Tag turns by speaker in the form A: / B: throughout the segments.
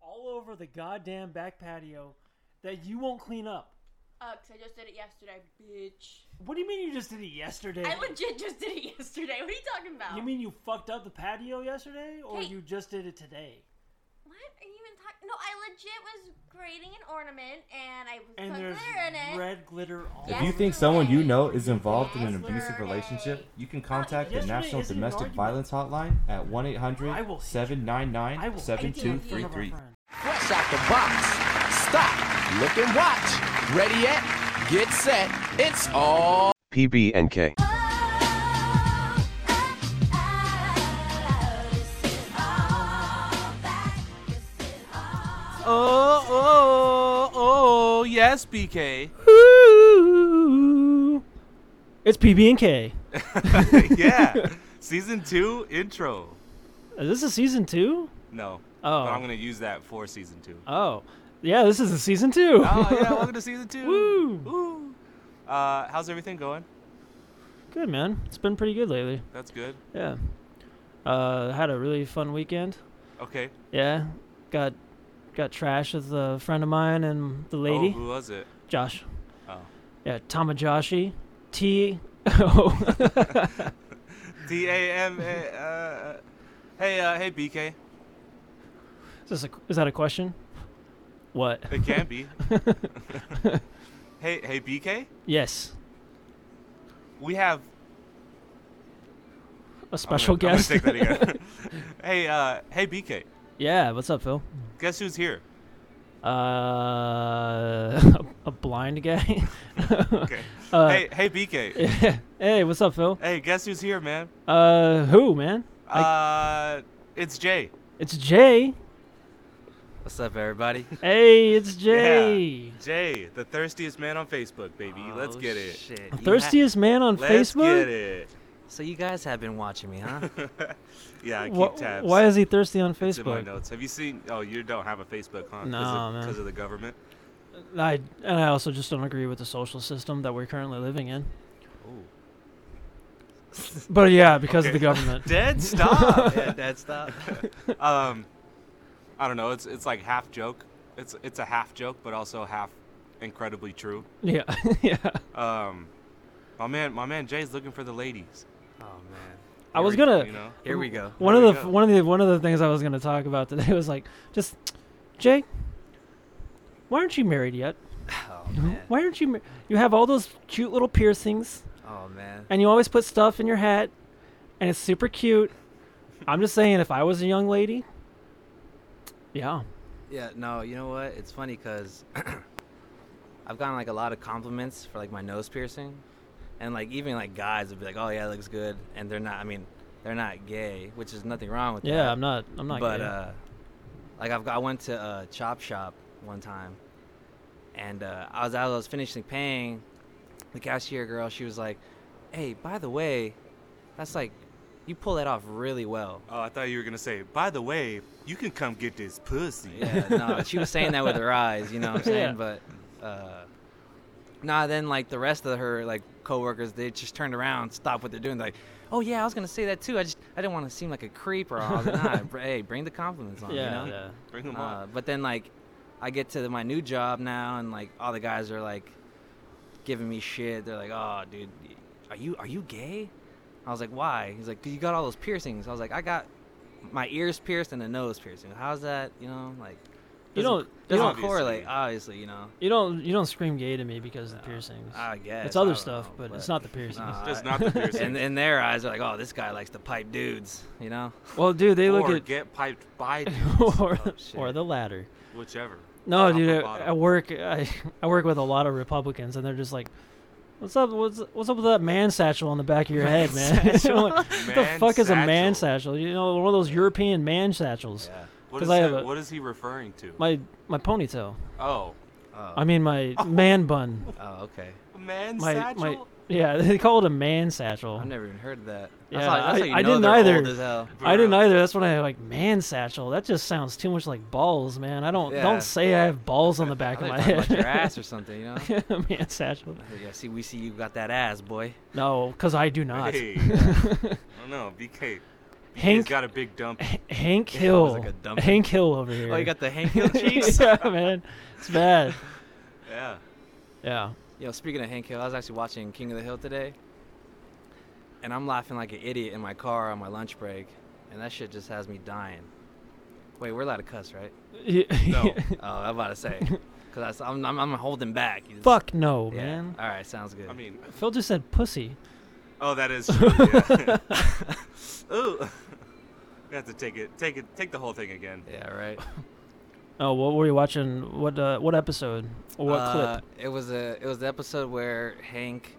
A: all over the goddamn back patio that you won't clean up.
B: Uh, cause I just did it yesterday, bitch.
A: What do you mean you just did it yesterday?
B: I legit just did it yesterday. What are you talking about?
A: you mean you fucked up the patio yesterday, or
B: Hey.
A: you just did it today?
B: What are you even talking? No, I legit was grading an ornament and I was
A: And
B: put
A: there's
B: glitter in it.
A: red glitter all
B: Yes.
A: over
B: If
C: If you think someone you know is involved in an
B: Yesterday.
C: abusive relationship, you can contact the
A: Yesterday
C: National
A: isn't an
C: Domestic
A: argument.
C: Violence Hotline at 1
A: I will
C: 800
A: see you. I will
C: 799
A: Some of our
C: 7233.
A: friends.
D: Fresh out the box. Stop. Look and watch. Ready yet? Get set. It's all
E: PB and K.
B: Oh,
D: Oh, oh, oh, yes, BK.
A: It's PB and K.
F: yeah. Season two intro.
A: Is this a season two?
F: No.
A: Oh.
F: But I'm gonna use that for season two.
A: Oh, yeah, this is a season two.
F: oh yeah, welcome to season two.
A: Woo.
F: Woo. Uh, how's everything going?
A: Good man, it's been pretty good lately.
F: That's good.
A: Yeah, uh, had a really fun weekend.
F: Okay.
A: Yeah, got got trash with a friend of mine and the
F: Oh,
A: lady
F: who was it?
A: Josh.
F: Oh.
A: Yeah, Tamajoshi. T. Oh.
F: D A M A. uh, Hey, uh, hey, BK.
A: is, this a, is that a question? What?
F: It can be. hey, hey, BK.
A: Yes,
F: We have
A: a special
F: I'm gonna- I'm
A: guest.
F: gonna take that again. hey, uh, hey, BK.
A: yeah, what's up, Phil?
F: Guess who's here?
A: Uh, a blind guy.
F: Okay.
A: Uh,
F: hey, hey, BK.
A: hey, what's up, Phil?
F: Hey, guess who's here, man?
A: Uh, who, man? I-
F: uh, it's Jay.
A: it's Jay.
G: What's up, everybody?
A: Hey, it's Jay.
F: Yeah. Jay, the thirstiest man on Facebook, baby. Let's
G: Oh,
F: get it.
G: shit. You
A: Thirstiest man on
F: Let's
A: Facebook.
F: get it.
G: ha- so you guys have been watching me, huh?
F: Yeah, I keep
A: Wh-
F: tabs.
A: Why is he thirsty on
F: It's in my
A: Facebook?
F: notes. Have you seen? Oh, you don't have a Facebook, huh?
A: No, man.
F: Because of the government.
A: I and I also just don't agree with the social system that we're currently living in. But yeah, because of the
F: Okay.
A: government.
F: Dead stop.
G: yeah, Oh, dad, stop.
F: um, I don't know. It's it's like half joke. It's it's a half joke, but also half incredibly true.
A: yeah, yeah.
F: Um, my man, my man Jay's looking for the ladies.
G: Oh man.
A: I was
G: we-
A: gonna.
F: You know.
G: Here we go. Oh,
A: One of
F: There
A: the
F: you
A: f-
F: go.
A: one of the one of the things I was gonna talk about today was like, just Jay, why aren't you married yet?
G: Oh man.
A: Why aren't you? Mar- you have all those cute little piercings,
G: Oh man.
A: and you always put stuff in your hat, and it's super cute. I'm just saying, if I was a young lady, yeah,
G: Yeah. No. You know what? It's funny because I've gotten like a lot of compliments for like my nose piercing, and like even like guys would be like, "Oh yeah, it looks good," and they're not. I mean, they're not gay, which is nothing wrong with that.
A: yeah, I'm not, I'm not.
G: but
A: gay.
G: uh like I've got, I went to a chop shop one time and uh, I was I was finishing paying the cashier girl she was like hey by the way that's like you pull that off really well
F: Oh, I thought you were gonna say. By the way, you can come get this pussy.
G: yeah no she was saying that with her eyes you know what I'm saying
A: Yeah.
G: but uh nah then like the rest of her like coworkers they just turned around stopped what they're doing like oh yeah I was gonna say that too I just I didn't want to seem like a creep or all that nah, br- hey bring the compliments on
A: yeah,
G: you know
A: yeah.
F: Bring them
G: Uh,
F: on.
G: but then like, I get to my new job now, and like all the guys are like giving me shit. They're like, "Oh, dude, are you are you gay?" I was like, "Why?" He's like, "Cause you got all those piercings." I was like, "I got my ears pierced and a nose piercing. How's that? You know, like
A: You
G: doesn't-
A: don't, you
G: doesn't
A: don't,
F: Obviously.
G: correlate, obviously. You know,
A: you don't, you don't scream gay to me because of the piercings.
G: I guess
A: it's
G: I
A: other
G: don't
A: stuff,
G: know,
A: but, it's not the piercings.
G: Nah.
F: Just not the piercing.
G: And in their eyes, they're like, "Oh, this guy likes to pipe dudes." You know,
A: Well, dude, they look
F: or
A: at
F: get piped by dudes,
A: or,
G: Oh, shit.
A: or the latter.
F: whichever.
A: No,
F: Top
A: dude,
F: or
A: I,
F: bottom.
A: I work, I, I work with a lot of Republicans, and they're just like. What's up? What's what's up with that man satchel on the back of your head, man? It's like, what the
F: Man
A: fuck is a man
F: satchel.
A: satchel? You know, one of those European man satchels.
G: yeah.
F: What
A: 'Cause
F: is,
A: I have
F: that-
A: a-
F: what is he referring to?
A: My my ponytail.
F: oh,
G: Oh,
A: I mean my man bun.
G: oh, okay.
F: man
A: My
F: satchel.
A: my yeah, they call it a man satchel.
G: I've never even heard of that.
A: Yeah,
G: that's how, that's how
A: I-
G: you
A: I
G: know
A: didn't
G: they're
A: either.
G: Old as hell.
A: I didn't
F: Bruh.
A: either. That's when I like man satchel. That just sounds too much like balls, man. I don't
G: Yeah.
A: don't say I have balls on the back of
G: I
A: my
G: thought you were talking about your
A: head.
G: ass or something, you know?
A: man satchel.
G: yeah, see, we see you got that ass, boy. Oh,
A: No, because I do not.
F: Hey. I don't know, BK. He's
A: Hank
F: got a big dump.
A: H- Hank
G: Yeah, it was
A: Hill.
G: like a dump.
A: Hank Hill over here.
G: Oh, you got the Hank Hill cheeks.
A: yeah, man. It's bad.
F: Yeah.
A: Yeah.
G: Yo, speaking of Hank Hill, I was actually watching King of the Hill today, and I'm laughing like an idiot in my car on my lunch break, and that shit just has me dying. Wait, we're allowed to cuss, right?
A: Yeah.
F: No.
G: oh, I'm about to say, because I'm, I'm, I'm holding back. You just-
A: Fuck no,
G: Yeah.
A: man.
G: All right, sounds good.
F: I mean,
A: Phil just said pussy.
F: oh, that is true. Yeah. Ooh. We have to take it, take it, take the whole thing again.
G: yeah, right.
A: Oh, what were you watching? What uh, what episode or what
G: Uh,
A: clip?
G: It was a it was the episode where Hank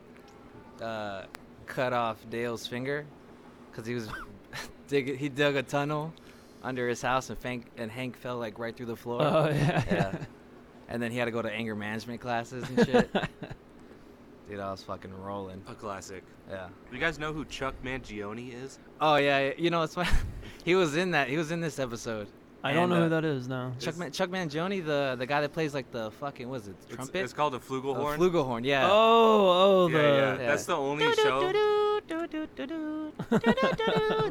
G: uh, cut off Dale's finger because he was dig he dug a tunnel under his house and Hank and Hank fell like right through the floor.
A: Oh yeah.
G: yeah. And then he had to go to anger management classes and shit. Dude, I was fucking rolling.
F: A classic.
G: Yeah.
F: You guys know who Chuck Mangione is?
G: Oh yeah, yeah, you know it's funny. he was in that. He was in this episode.
A: I don't
G: And,
A: know
G: uh,
A: who that is. No.
G: Chuck Man- Chuck Mangione, the the guy that plays like the fucking was it
F: It's,
G: trumpet?
F: it's called a flugelhorn.
G: Uh, flugelhorn. Yeah.
A: Oh, oh,
F: yeah,
A: the
F: yeah,
G: Yeah.
F: That's the only show.
G: that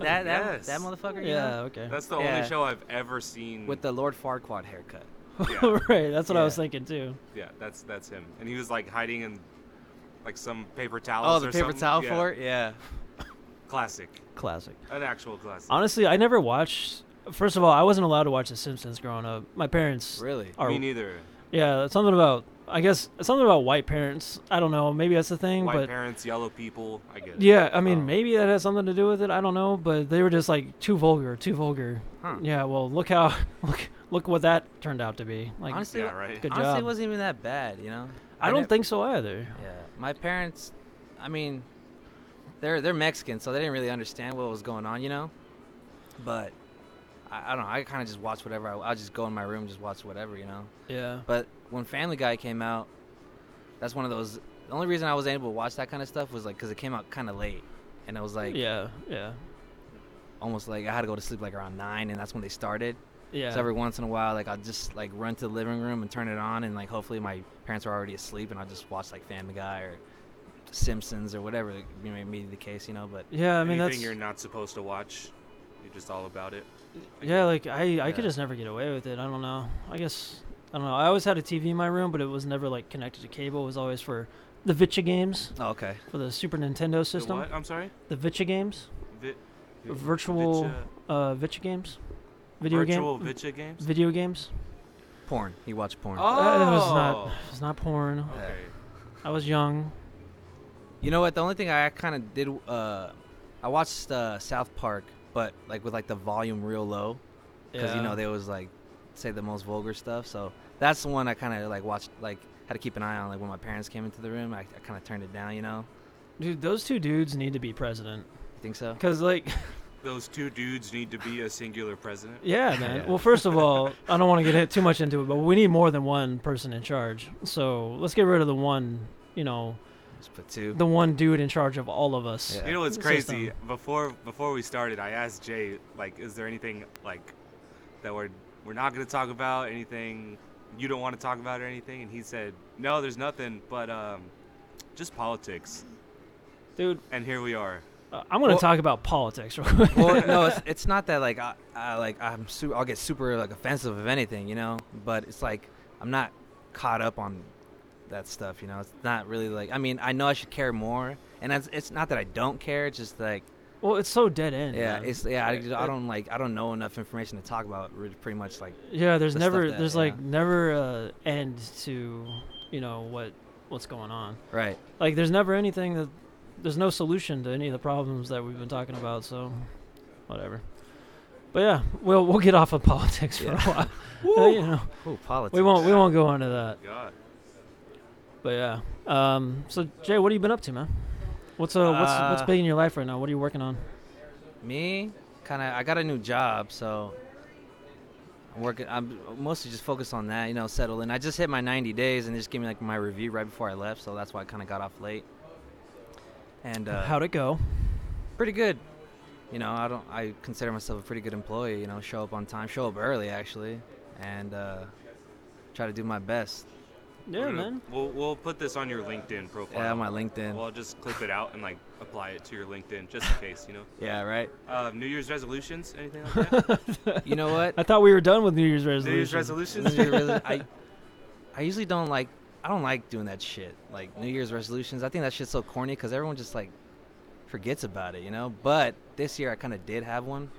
G: that,
F: Yes.
G: that motherfucker. you
A: Yeah,
G: know?
A: okay.
F: That's the
G: Yeah.
F: only show I've ever seen.
G: With the Lord Farquaad haircut.
F: yeah,
A: right, that's what I was
G: Yeah.
A: thinking too.
F: yeah, that's that's him. And he was like hiding in like some paper towels.
G: Oh, the
F: or
G: paper
F: something.
G: towel
F: yeah.
G: for it. Yeah.
F: Classic,
A: Classic.
F: an actual classic.
A: Honestly, I never watched. First of all, I wasn't allowed to watch The Simpsons growing up. My parents
G: Really.
A: are
F: Me neither.
A: yeah, something about I guess something about white parents. I don't know. Maybe that's the thing,
F: White
A: but
F: parents, yellow people. I get it.
A: yeah, I mean,
F: Oh.
A: maybe that has something to do with it. I don't know, but they were just like too vulgar, too vulgar.
G: Huh.
A: Yeah, well, look how look look what that turned out to be. Like,
G: Honestly,
F: Yeah, right.
A: Good
G: honestly,
A: job.
G: it wasn't even that bad. You know.
A: I don't
G: nev-
A: think so either.
G: Yeah, my parents. I mean, they're they're Mexican, so they didn't really understand what was going on, you know. But I, I don't know. I kind of just watched whatever. I, I just go in my room, just watch whatever, you know.
A: Yeah,
G: But when Family Guy came out, that's one of those. The only reason I was able to watch that kind of stuff was like because it came out kind of late, and it was like
A: yeah, yeah,
G: almost like I had to go to sleep like around nine, and that's when they started.
A: yeah.
G: So every once in a while, like I'll just like run to the living room and turn it on, and like hopefully my parents are already asleep, and I'll just watch like Family Guy or Simpsons or whatever like, you know, may be the case, you know. But
A: yeah, I mean
F: Anything
A: that's
F: you're not supposed to watch, you're just all about it.
A: Yeah, like I, I could
G: Yeah.
A: just never get away with it. I don't know. I guess I don't know. I always had a TV in my room, but it was never like connected to cable. It was always for the Vicha games
G: oh, okay,
A: for the Super Nintendo
F: The
A: system.
F: what? I'm sorry.
A: The, Vicha games,
F: Vi- vi-
A: virtual
F: Vicha-
A: uh, Vicha games, video
F: virtual
A: game, Mm.
F: Vicha games.
A: video games.
G: porn. He watched porn.
A: Uh, it was not.
F: Oh!
A: It was not porn.
F: Okay.
A: I was young.
G: You know what? The only thing I kind of did, uh, I watched uh, South Park, but like with like the volume real low, because you know they was like say the most vulgar stuff. So that's the one I kind of like watched, like had to keep an eye on. Like when my parents came into the room, I, I kind of turned it down. You know,
A: dude, those two dudes need to be president.
G: you think so?
A: Cause like,
F: Those two dudes need to be a singular president.
A: yeah, man.
G: Yeah.
A: Well, first of all, I don't want to get hit too much into it, but we need more than one person in charge. So let's get rid of the one, you know,
G: Let's put two.
A: the one dude in charge of all of us.
G: Yeah.
F: You know what's
A: It's just, um,
F: crazy? Before before we started, I asked Jay like, is there anything like that we're we're not gonna talk about? Anything you don't want to talk about or anything? And he said, no, there's nothing, but um, just politics.
A: Dude,
F: And here we are.
A: uh, I'm going to
G: Well-
A: talk about politics real quick.
G: well, no, it's, it's not that like I, I like I'm su- I'll get super like offensive of anything, you know. But it's like I'm not caught up on that stuff, you know. It's not really like I mean I know I should care more, and it's, it's not that I don't care. It's just like
A: Well, it's so dead end.
G: yeah,
A: man.
G: it's yeah I,
A: It-
G: I don't like I don't know enough information to talk about. Really, pretty much like
A: yeah, there's
G: the stuff
A: never
G: that-
A: there's
G: yeah.
A: like never uh, end to, you know, what what's going on.
G: right.
A: Like there's never anything that there's no solution to any of the problems that we've been talking about, so whatever. But yeah, we'll we'll get off of politics for a while. Uh, you know,
G: Oh, politics.
A: we won't we won't go into that.
F: God.
A: But yeah. Um so Jay, what have you been up to, man? What's uh, what's what's
G: Uh,
A: big in your life right now? What are you working on?
G: Me, kind of. I got a new job, so I'm working. I'm mostly just focused on that, you know, settle in. I just hit my 90 days, and they just gave me like my review right before I left, so that's why I kind of got off late. And uh,
A: How'd it go?
G: pretty good. You know, I don't. I consider myself a pretty good employee. You know, show up on time, show up early, actually, and uh, try to do my best.
A: Yeah,
F: We're gonna-
A: man.
F: We'll we'll put this on your LinkedIn profile.
G: Yeah, my LinkedIn.
F: Well, just clip it out and like apply it to your LinkedIn just in case, you know.
G: yeah, right.
F: Uh, New Year's resolutions, anything like that?
G: You know what?
A: I thought we were done with New Year's
F: New Year's
A: resolutions.
F: resolutions?
G: New Year's resolu- I, I usually don't like. I don't like doing that shit. Like New Year's resolutions. I think that shit's so corny because everyone just like forgets about it, you know. But this year I kind of did have one,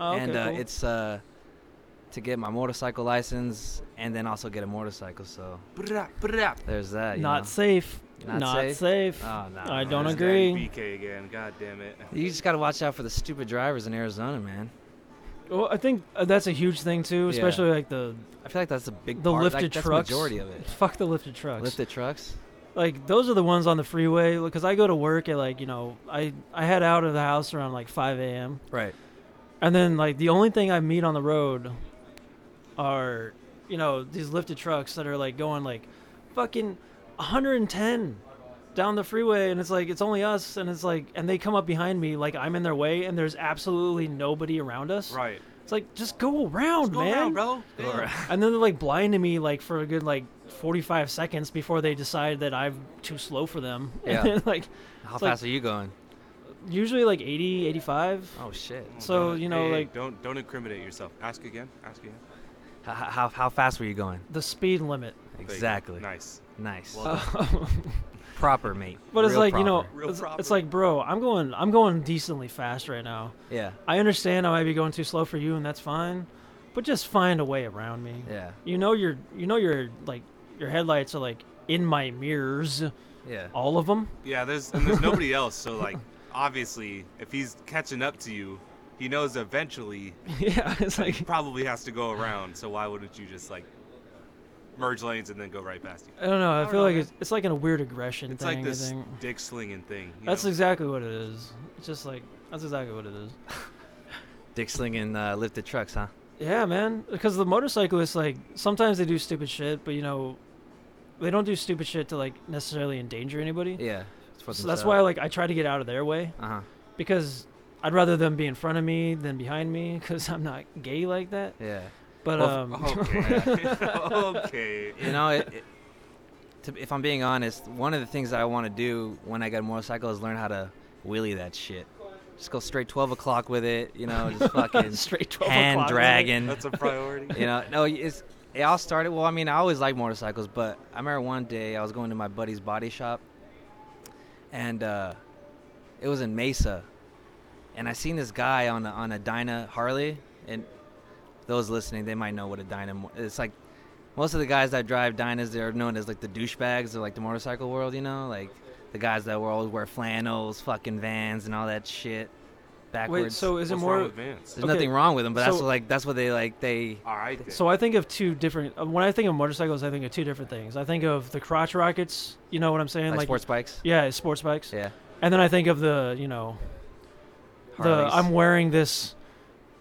A: Oh, okay,
G: and uh,
A: cool.
G: it's uh, to get my motorcycle license and then also get a motorcycle. So
F: Brah, brah.
G: there's that. You
A: not
G: know?
A: safe.
G: Not
A: Not,
G: safe?
A: safe.
G: Oh, no,
A: I
G: no,
A: don't
F: There's Daddy
A: agree.
F: BK again. God damn it.
G: You just gotta watch out for the stupid drivers in Arizona, man.
A: Well, I think uh, that's a huge thing too,
G: Yeah.
A: especially like the
G: I feel like that's a big
A: the
G: part, like,
A: lifted
G: that's
A: trucks.
G: The majority of it.
A: Fuck the lifted trucks.
G: Lifted trucks.
A: Like those are the ones on the freeway because I go to work at like you know I I head out of the house around like 5 a.m.
G: Right.
A: and then like the only thing I meet on the road are you know these lifted trucks that are like going like fucking 110 down the freeway and it's like it's only us and it's like and they come up behind me like I'm in their way and there's absolutely nobody around us.
F: Right.
A: It's like just go around,
F: Go
A: man.
F: around, bro. Damn.
A: And then they're like blinding me like for a good like 45 seconds before they decide that I'm too slow for them.
G: Yeah.
A: And then, like
G: How
A: It's like-
G: fast are you going?
A: usually like 80, 85.
G: Oh shit.
F: Oh,
A: So,
F: God.
A: you know,
F: Hey, hey,
A: like-
F: don't don't incriminate yourself. Ask again. Ask again.
G: How, how, how fast were you going?
A: The speed limit.
F: Thank you.
G: Exactly.
F: Nice.
G: Nice.
F: Well done.
G: proper, mate.
A: But it's
G: Real
A: like, you know,
G: proper.
F: Real
A: it's,
F: proper.
A: it's like, bro, I'm going I'm going decently fast right now.
G: Yeah.
A: I understand I might be going too slow for you and that's fine, but just find a way around me.
G: Yeah.
A: You know your you know your like your headlights are like in my mirrors,
G: Yeah.
A: all of them.
F: Yeah, there's and there's nobody else. So like, obviously, if he's catching up to you, he knows eventually
A: yeah, it's like
F: he probably has to go around. So why wouldn't you just like merge lanes and then go right past you?
A: I don't know. I,
F: don't
A: feel
F: know,
A: like
F: man.
A: it's, it's like in a weird aggression
F: It's
A: thing.
F: like
A: I
F: this
A: think.
F: dick slinging thing. you
A: That's
F: know?
A: exactly what it is. It's just like that's exactly what it is.
G: Dick slinging uh, lifted trucks, huh?
A: Yeah, man. Because the motorcyclists, like, sometimes they do stupid shit, but you know, they don't do stupid shit to like necessarily endanger anybody.
G: Yeah. It's for
A: So that's why,
G: themselves.
A: like, I try to get out of their way
G: Uh huh.
A: because I'd rather them be in front of me than behind me because I'm not gay like that.
G: Yeah.
A: But
G: Well,
A: um,
G: oh,
F: okay. okay.
G: You know, it, it, to, if I'm being honest, one of the things that I want to do when I get a motorcycle is learn how to wheelie that shit. Just go straight 12 o'clock with it, you know, just fucking
A: Straight 12
G: hand
A: o'clock with it.
G: dragging.
F: That's a priority.
G: you know no it's it all started well i mean i always liked motorcycles but i remember one day i was going to my buddy's body shop and uh it was in mesa and i seen this guy on a, on a dyna harley and those listening they might know what a dyna mo- it's like most of the guys that drive dynas they're known as like the douchebags of like the motorcycle world you know like the guys that will always wear flannels fucking vans and all that shit backwards
A: wait, so is it
F: What's
A: more?
F: wrong with Vance?
G: there's
A: okay,
G: nothing wrong with them but that's
A: so-
G: what, like that's what they like they
F: All right. Then.
A: So I think of two different. uh, When I think of motorcycles, I think of two different things. I think of the crotch rockets. You know what I'm saying?
G: like, sports bikes
A: Yeah, sports bikes.
G: Yeah.
A: And then I think of the, you know,
G: Harleys.
A: the I'm wearing this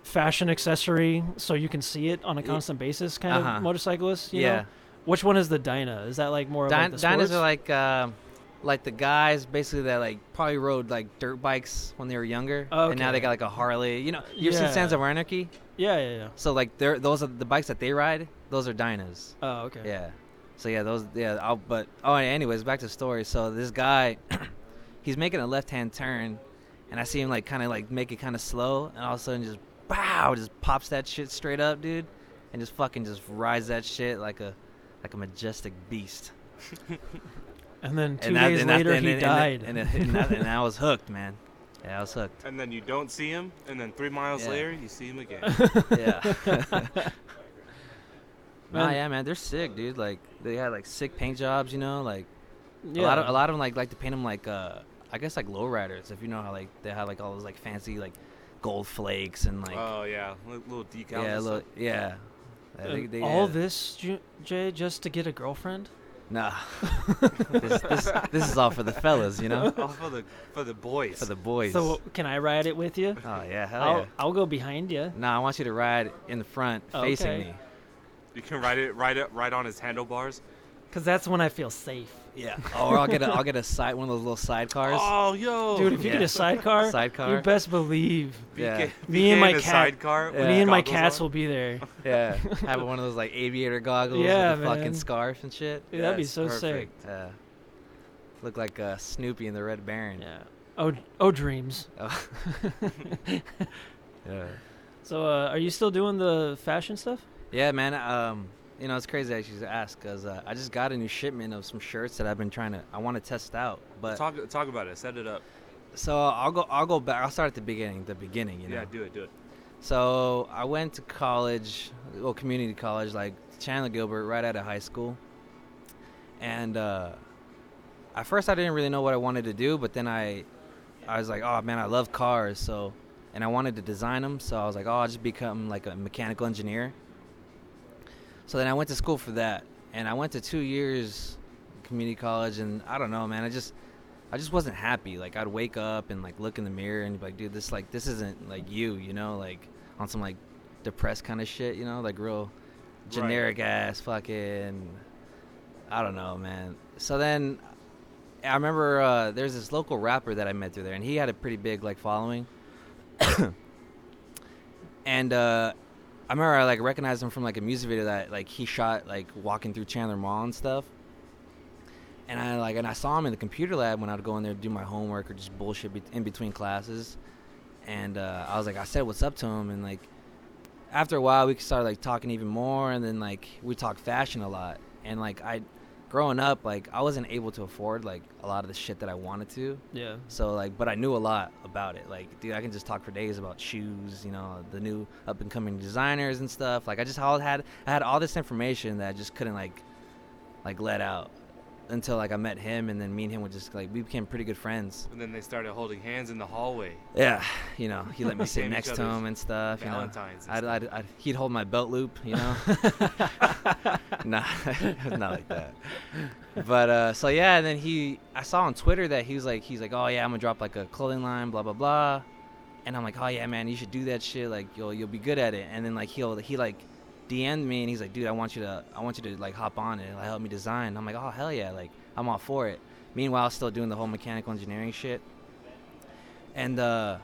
A: fashion accessory so you can see it on a constant basis kind
G: Uh-huh.
A: of motorcyclist. You
G: Yeah.
A: Know? Which one is the Dyna? Is that like more of like
G: Din-
A: the
G: dinos
A: sports?
G: are like um like the guys basically that like probably rode like dirt bikes when they were younger, and now they
A: Okay.
G: got like a Harley. You know, you've seen
A: Yeah.
G: Sons of Anarchy,
A: yeah, yeah, yeah.
G: so like they're those are the bikes that they ride. Those are dinos.
A: Oh, okay.
G: Yeah. So yeah, those yeah. I'll, but oh, anyways, back to the story. So this guy, he's making a left-hand turn, and I see him like kind of like make it kind of slow, and all of a sudden just wow, just pops that shit straight up, dude, and just fucking just rides that shit like a like a majestic beast.
A: And then two
G: and that-
A: days
G: and that-
A: later,
G: and
A: he
G: and
A: died.
G: And, and, and, that- and I was hooked, man. Yeah, I was hooked.
F: and then you don't see him, and then three miles
G: Yeah.
F: later you see him again.
G: Yeah. Nah,
A: Man.
G: yeah, man, they're sick, dude. Like they had like sick paint jobs, you know. Like
A: yeah.
G: a lot of a lot of them like like to paint them like uh, I guess like lowriders. If you know how like they have like all those like fancy like gold flakes and like
F: oh yeah, li- little decals.
G: yeah,
F: and
G: look,
F: stuff.
G: yeah. I
A: And
G: think they- uh,
A: all
G: yeah.
A: this, Ju- Jay, just to get a girlfriend?
G: Nah. this, this this is all for the fellas, you know,
F: Oh, for the for the boys.
G: for the boys.
A: So can I ride it with you?
G: oh yeah, hell
A: I'll,
G: yeah.
A: I'll go behind you.
G: Nah, I want you to ride in the front, facing
A: Okay.
G: me.
F: you can ride it, ride it, right on his handlebars.
A: because that's when I feel safe.
G: Yeah. Or I'll get a I'll get a side one of those little sidecars.
F: Oh, yo,
A: Dude, if you
G: Yeah.
A: get a sidecar,
G: Sidecar.
A: you best believe
G: yeah.
A: Me and my cat-
F: sidecar. with
G: Yeah.
A: me and my
F: goggles
A: cats
F: on.
A: will be there.
G: Yeah. Have one of those like aviator goggles
A: Yeah,
G: with a fucking
A: man.
G: scarf and shit.
A: Dude, that'd be
G: Yes,
A: so sick.
F: perfect.
G: Yeah. Look like uh, Snoopy and the Red Baron.
A: Yeah. Oh, oh, dreams.
G: Oh. yeah.
A: So, uh, are you still doing the fashion stuff?
G: Yeah, man. Um, you know, it's crazy actually to ask because uh, I just got a new shipment of some shirts that I've been trying to. I want to test out, but
F: Talk, talk about it. Set it up.
G: so I'll go. I'll go back. I'll start at the beginning. The beginning, you know.
F: Yeah, do it, do it.
G: So I went to college, well, community college, like Chandler Gilbert, right out of high school. And uh, at first, I didn't really know what I wanted to do, but then I, I was like, oh man, I love cars, so, and I wanted to design them, so I was like, oh, I'll just become like a mechanical engineer. So then I went to school for that, and I went to two years community college, and I don't know, man, I just, I just wasn't happy. Like I'd wake up and like look in the mirror and be like, dude, this like this isn't like you, you know, like on some like depressed kind of shit, you know, like real generic ass fucking. I don't know, man. So then, I remember uh, there's this local rapper that I met through there, and he had a pretty big like following. and uh, I remember I like recognized him from like a music video that like he shot like walking through Chandler Mall and stuff and I like and I saw him in the computer lab when I'd go in there to do my homework or just bullshit be- in between classes, and uh, I was like I said what's up to him and like after a while we started like talking even more and then like we talked fashion a lot and like I growing up like I wasn't able to afford like a lot of the shit that I wanted to
A: Yeah.
G: so like, but I knew a lot about it. Like, dude, I can just talk for days about shoes. You know, the new up and coming designers and stuff. Like, I just all had I had all this information that I just couldn't like, like let out until like I met him, and then me and him would just like we became pretty good friends.
F: And then they started holding hands in the hallway.
G: Yeah, you know, he let me
F: Became
G: sit
F: each
G: next to
F: other's
G: him and stuff. You know,
F: Valentines and
G: I'd, I'd, I'd, he'd hold my belt loop. You know, nah, not like that. But uh, so yeah, and then he, I saw on Twitter that he was like, he's like, oh yeah, I'm gonna drop like a clothing line, blah blah blah, and I'm like, oh yeah, man, you should do that shit. Like you'll you'll be good at it. And then like he'll he like DM'd me and he's like, dude, I want you to I want you to like hop on it and like, help me design. I'm like, oh hell yeah, like I'm all for it. Meanwhile, still doing the whole mechanical engineering shit. And uh,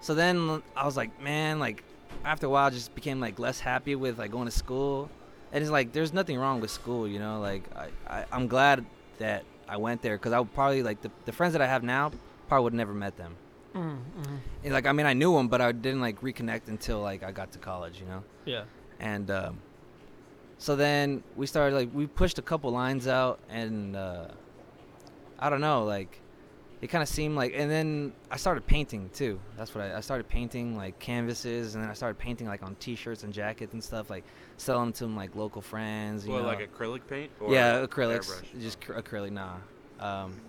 G: so then I was like, man, like after a while, I just became like less happy with like going to school. And it's like there's nothing wrong with school, you know. Like I, I I'm glad that I went there because I would probably like the, the friends that I have now probably would never met them.
A: Mm, mhm.
G: And, like I mean, I knew them, but I didn't like reconnect until like I got to college, you know
A: Yeah.
G: and um, so then we started like we pushed a couple lines out and uh, i don't know like it kind of seemed like and then i started painting too that's what I, I started painting like canvases and then i started painting like on t-shirts and jackets and stuff like selling to like local friends you
F: Well,
G: know?
F: like acrylic paint? Or
G: yeah, acrylics,
F: airbrush?
G: just cr- acrylic. Nah. Um,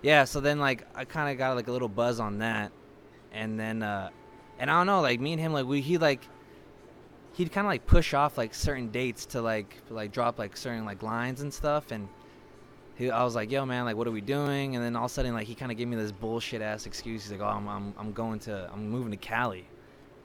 G: yeah. So then, like, I kind of got like a little buzz on that, and then, uh, and I don't know, like, me and him, like, we he like, he'd kind of like push off like certain dates to like like drop like certain like lines and stuff, and he, I was like, yo, man, like, what are we doing? And then all of a sudden, like, he kind of gave me this bullshit ass excuse. He's like, oh, I'm, I'm I'm going to I'm moving to Cali.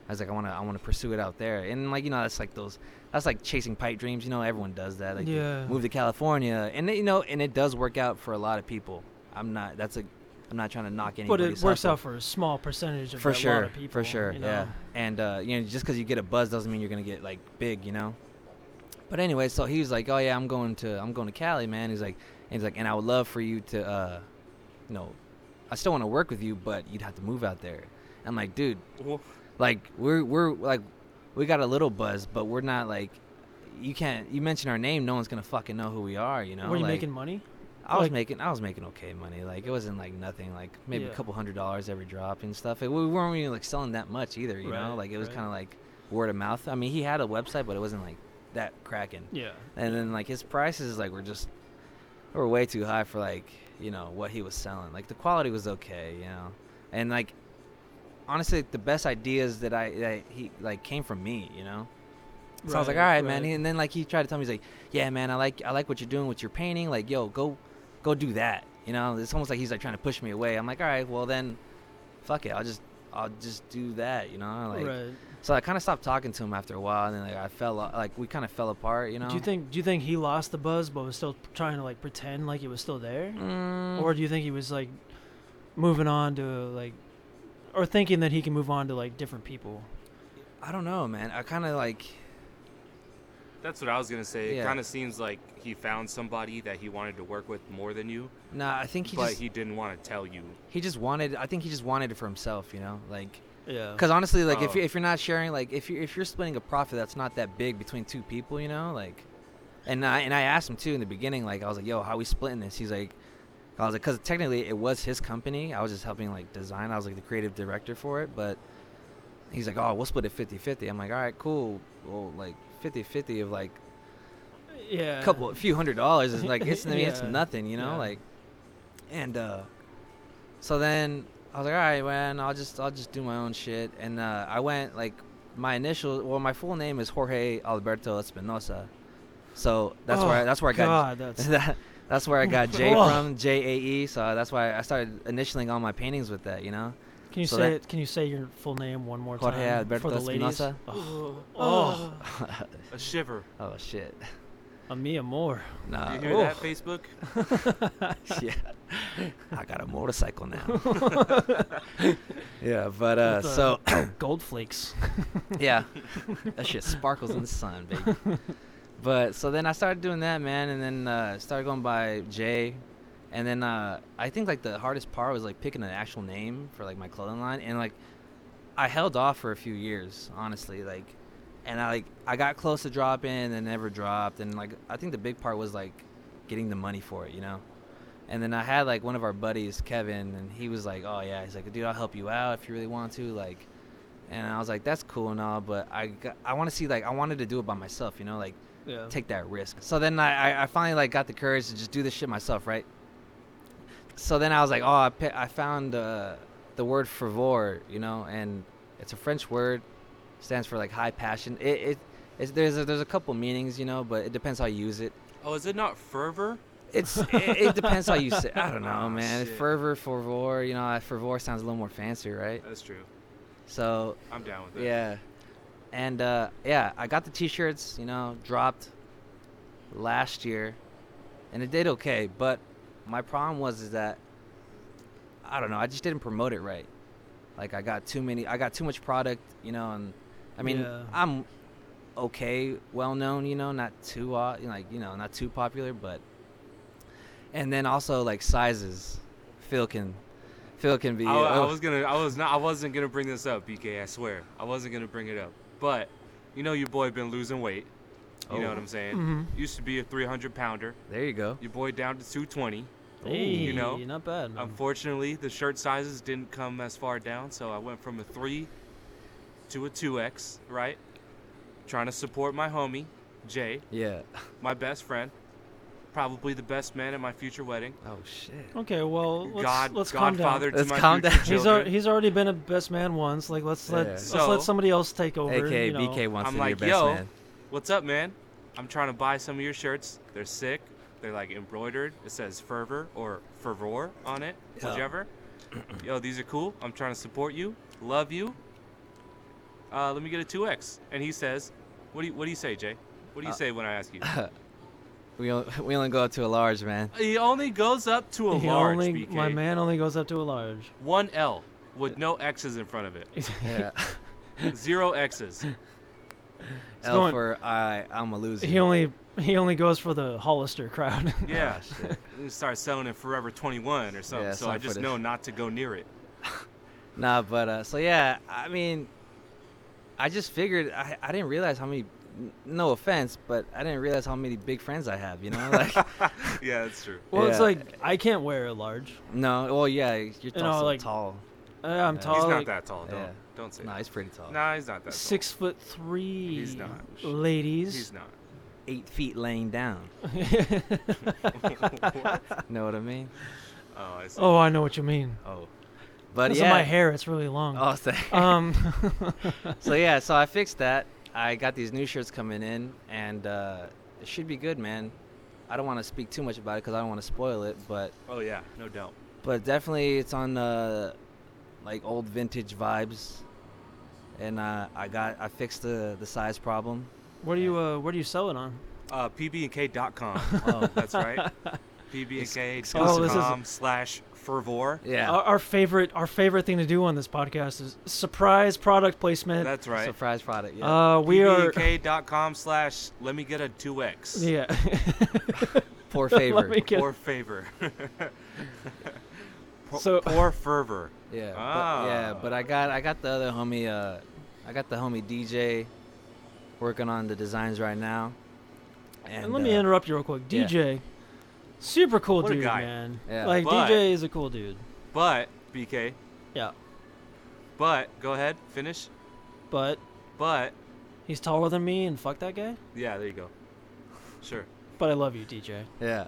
G: I was like, I wanna, I wanna pursue it out there, and like, you know, that's like those, that's like chasing pipe dreams. You know, everyone does that. Like, you
A: Yeah.
G: move to California, and you know, and it does work out for a lot of people. I'm not, that's a, I'm not trying to knock
A: But
G: anybody.
A: it works out for a small percentage of
G: for
A: that
G: sure,
A: lot of people.
G: for sure,
A: you know?
G: yeah. And uh, you know, just because you get a buzz doesn't mean you're gonna get like big, you know. But anyway, so he was like, "Oh yeah, I'm going to, I'm going to Cali, man." He's like, and he's like, and I would love for you to, uh, you know, I still want to work with you, but you'd have to move out there. I'm like, dude,
F: Well,
G: like we're we're like we got a little buzz, but we're not like you can't you mention our name, no one's gonna fucking know who we are, you know.
A: Were you
G: like,
A: making money?
G: I was
A: like-
G: making I was making okay money, like it wasn't like nothing, like maybe
A: Yeah.
G: a couple hundred dollars every drop and stuff. It, we weren't even like selling that much either, you know.
A: Right,
G: Like it was
A: right.
G: kind of like word of mouth. I mean, he had a website, but it wasn't like that cracking.
A: Yeah.
G: And then like his prices like were just were way too high for like you know what he was selling. Like the quality was okay, you know, and like honestly the best ideas that I that he like came from me, you know. So I was like, all right, man. And then like he tried to tell me, he's like, yeah, man, I like I like what you're doing with your painting. Like, yo, go go do that. You know, it's almost like he's like trying to push me away. I'm like, all right, well then, fuck it, I'll just I'll just do that. You know, like
A: right.
G: So I kind of stopped talking to him after a while, and then like I fell o- like we kind of fell apart, you know.
A: Do you think do you think he lost the buzz but was still trying to like pretend like it was still there?
G: Mm,
A: Or do you think he was like moving on to like or thinking that he can move on to like different people?
G: I don't know, man. I kind of like
F: That's what I was gonna say. It
G: Yeah.
F: kind of seems like he found somebody that he wanted to work with more than you,
G: nah. I think he
F: but
G: just
F: he didn't want to tell you.
G: he just wanted. I think he just wanted it for himself, you know, like.
A: Yeah.
G: Because honestly, like if
F: Oh.
G: you if you're not sharing, like if you if you're splitting a profit, that's not that big between two people, you know, like. And I and I asked him too in the beginning, like I was like, "Yo, how we splitting this?" He's like, "I was like, because technically it was his company. I was just helping like design. I was like the creative director for it, but." He's like, oh, we'll split it 50-50. I'm like, all right, cool. Well, like 50-50 of like
A: yeah.
G: a couple, a few hundred dollars is like it's I mean, it's
A: Yeah.
G: nothing, you know,
A: Yeah.
G: like. And uh, so then I was like, all right, man, I'll just I'll just do my own shit, and uh, I went like my initial, well, my full name is Jorge Alberto Espinosa, so that's
A: Oh,
G: where I, that's where I got
A: God, that's
G: that, that's where I got J
A: Oh.
G: from J A E, so that's why I started initialing all my paintings with that, you know.
A: Can you
G: So
A: say
G: that-
A: it? Can you say your full name one more
G: Jorge
A: time
G: Alberto
A: for the ladies?
G: Espinosa.
A: Oh,
F: A shiver.
G: Oh shit,
A: a Mia Moore.
G: no,
F: Do you hear
G: Ooh.
F: that, Facebook?
G: yeah. I got a motorcycle now. yeah, but uh,
A: With, uh,
G: so
A: Gold Flakes.
G: yeah, that shit sparkles in the sun, baby. But so then I started doing that, man, and then uh, started going by Jay, and then uh, I think like the hardest part was like picking an actual name for like my clothing line, and like I held off for a few years, honestly, like, and I like I got close to dropping and never dropped, and like I think the big part was like getting the money for it, you know. And then I had like one of our buddies, Kevin, and he was like, "Oh yeah," he's like, "Dude, I'll help you out if you really want to." Like, and I was like, "That's cool and all, but I got, I want to see like I wanted to do it by myself, you know, like
A: Yeah.
G: take that risk." So then I, I, I finally like got the courage to just do this shit myself, right? So then I was like, "Oh, I, pi- I found uh, the word fervor, you know, and it's a French word, stands for like high passion. It, it it's, there's a, there's a couple meanings, you know, but it depends how you use it.
F: Oh, is it not fervor?
G: It's it, it depends how you say. I don't know, man.
F: Shit.
G: Fervor, fervor. You know, fervor sounds a little more fancy, right?
F: That's true.
G: So
F: I'm down with that.
G: yeah, and uh, yeah, I got the T-shirts. You know, dropped last year, and it did okay. But my problem was is that I don't know. I just didn't promote it right. Like I got too many. I got too much product. You know, and I mean,
A: Yeah.
G: I'm okay, well known. You know, not too uh, like you know, not too popular, but and then also like sizes. Phil can, Phil can be.
F: I, I
G: oh,
F: was gonna. I was not. I wasn't gonna bring this up, BK. I swear, I wasn't gonna bring it up. But you know, your boy been losing weight. You know
G: Oh.
F: what I'm saying?
A: Mhm.
F: Used to be a 300 pounder.
G: there you go.
F: Your boy down to 220.
A: Hey,
F: you know,
A: not bad. Man.
F: Unfortunately, the shirt sizes didn't come as far down, so I went from a three to a two X. Right? Trying to support my homie, Jay,
G: Yeah.
F: my best friend, probably the best man at my future wedding.
G: Oh shit.
A: okay, well, let's,
F: God,
A: let's calm down.
F: Godfather to
G: Let's
F: my
G: calm
F: future
G: down.
A: He's,
F: children.
A: al- he's already been a best man once. Like let's let
G: Yeah.
A: let's
F: So-
A: let somebody else take over.
G: AKA
A: you know.
G: BK wants
F: I'm
G: to
F: like,
G: be your best
F: yo,
G: man.
F: what's up, man? I'm trying to buy some of your shirts. They're sick. They're like embroidered. It says fervor or fervor on it,
G: Yeah.
F: whichever. Yo, these are cool. I'm trying to support you. Love you. Uh, let me get a 2X. And he says, what do you, what do you say, Jay? What do you
G: Uh,
F: say when I ask you?
G: We only, we only go up to a large, man.
F: he only goes up to a
A: He
F: large,
A: only,
F: BK.
A: my man only goes up to a large.
F: One L with no X's in front of it.
G: Yeah.
F: Zero X's.
G: L
A: going-
G: for I, I'm a loser.
A: He only he only goes for the Hollister crowd.
F: Yeah.
G: Ah, shit.
F: He starts selling it Forever 21 or something,
G: Yeah,
F: so
G: something
F: I
G: for
F: just
G: the-
F: know not to go near it.
G: Nah, but uh, so yeah, I mean, I just figured I, I didn't realize how many. n- No offense, but I didn't realize how many big friends I have. You know, like
F: Yeah, that's true.
A: well, it's
G: Yeah.
A: like I can't wear a large.
G: no. Well, yeah, you're
A: You
G: tall.
A: know,
G: so
A: like-
G: tall.
A: Uh, I'm tall.
F: He's not
A: like,
F: that tall. Don't
G: Yeah.
F: don't say.
G: Nah,
F: that.
G: he's pretty tall.
F: Nah, he's not that.
A: Six foot three.
F: He's not. tall.
A: Ladies.
F: He's not.
G: Eight feet laying down. know what I mean?
F: Oh, I see.
A: Oh, I know what you mean.
G: Oh, but
A: Because
G: yeah.
A: of my hair, it's really long.
G: Oh, thank-
A: Um,
G: so yeah, so I fixed that. I got these new shirts coming in, and uh, it should be good, man. I don't want to speak too much about it because I don't want to spoil it, but
F: Oh yeah, no doubt.
G: but definitely it's on uh, like old vintage vibes. and uh, I got I fixed the the size problem.
A: What do you uh, what do you sell it on?
F: Uh, PBK.com.
G: Oh.
F: That's right.
A: Oh, this is-
F: PBK.com slash fervor.
G: Yeah.
A: Our, our favorite our favorite thing to do on this podcast is surprise product placement.
F: That's right.
G: Surprise product. Yeah.
A: Uh, we are
F: PBK.com slash let me get a 2X.
A: yeah.
G: Poor favor.
A: Let me get-
F: Or favor. Poor-
A: So-
F: poor fervor.
G: Yeah.
F: Ah.
G: But, yeah, but I got I got the other homie uh I got the homie DJ working on the designs right now. And,
A: And let me
G: uh,
A: interrupt you real quick.
G: yeah.
A: DJ, super cool
F: What a
A: dude,
F: guy.
A: man.
G: Yeah.
A: Like
F: But-
A: DJ is a cool dude.
F: But, BK,
A: Yeah,
F: but, go ahead, finish.
A: but
F: But,
A: he's taller than me, and fuck that guy.
F: yeah, there you go. Sure.
A: But I love you, DJ.
G: Yeah.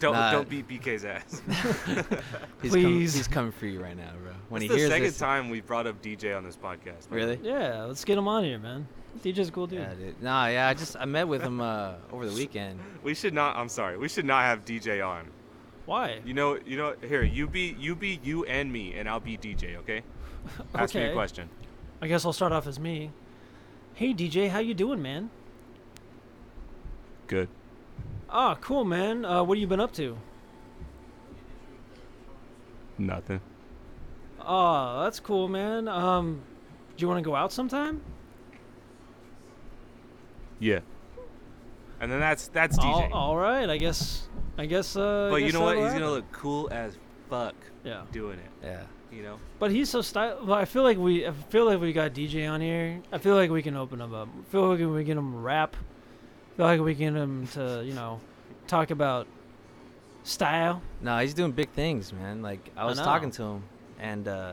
F: Don't
G: Nah.
F: don't beat BK's ass.
G: He's com-
A: Please.
G: he's coming for you right now, bro. When
F: it's
G: he
F: the
G: hears
F: second
G: this,
F: time we brought up DJ on this podcast. by the way.
G: really?
A: Yeah, let's get him on here, man. DJ's a cool dude.
G: Yeah, dude. Nah, yeah, I just I met with him uh over the weekend.
F: We should not. I'm sorry. We should not have DJ on.
A: Why?
F: You know. You know. Here, you be you be you and me, and I'll be DJ. Okay. Ask me a
A: Okay.
F: question.
A: I guess I'll start off as me. Hey DJ, how you doing, man?
F: Good.
A: Ah, cool, man. Uh, what have you been up to?
F: Nothing.
A: Oh, that's cool, man. Um, do you want to go out sometime?
F: Yeah. And then that's that's DJ.
A: All, all right, I guess. I guess. Uh, I
F: but you
A: guess
F: know what?
A: that'll
F: He's gonna
A: happen.
F: look cool as fuck
A: Yeah.
F: doing it.
G: Yeah.
F: You know.
A: But he's so style. But I feel like we. I feel like we got DJ on here. I feel like we can open him up. I feel like we can get him to rap. I feel like we can get him to you know talk about style.
G: No, he's doing big things, man. Like I
A: I
G: was
A: know.
G: talking to him, and uh,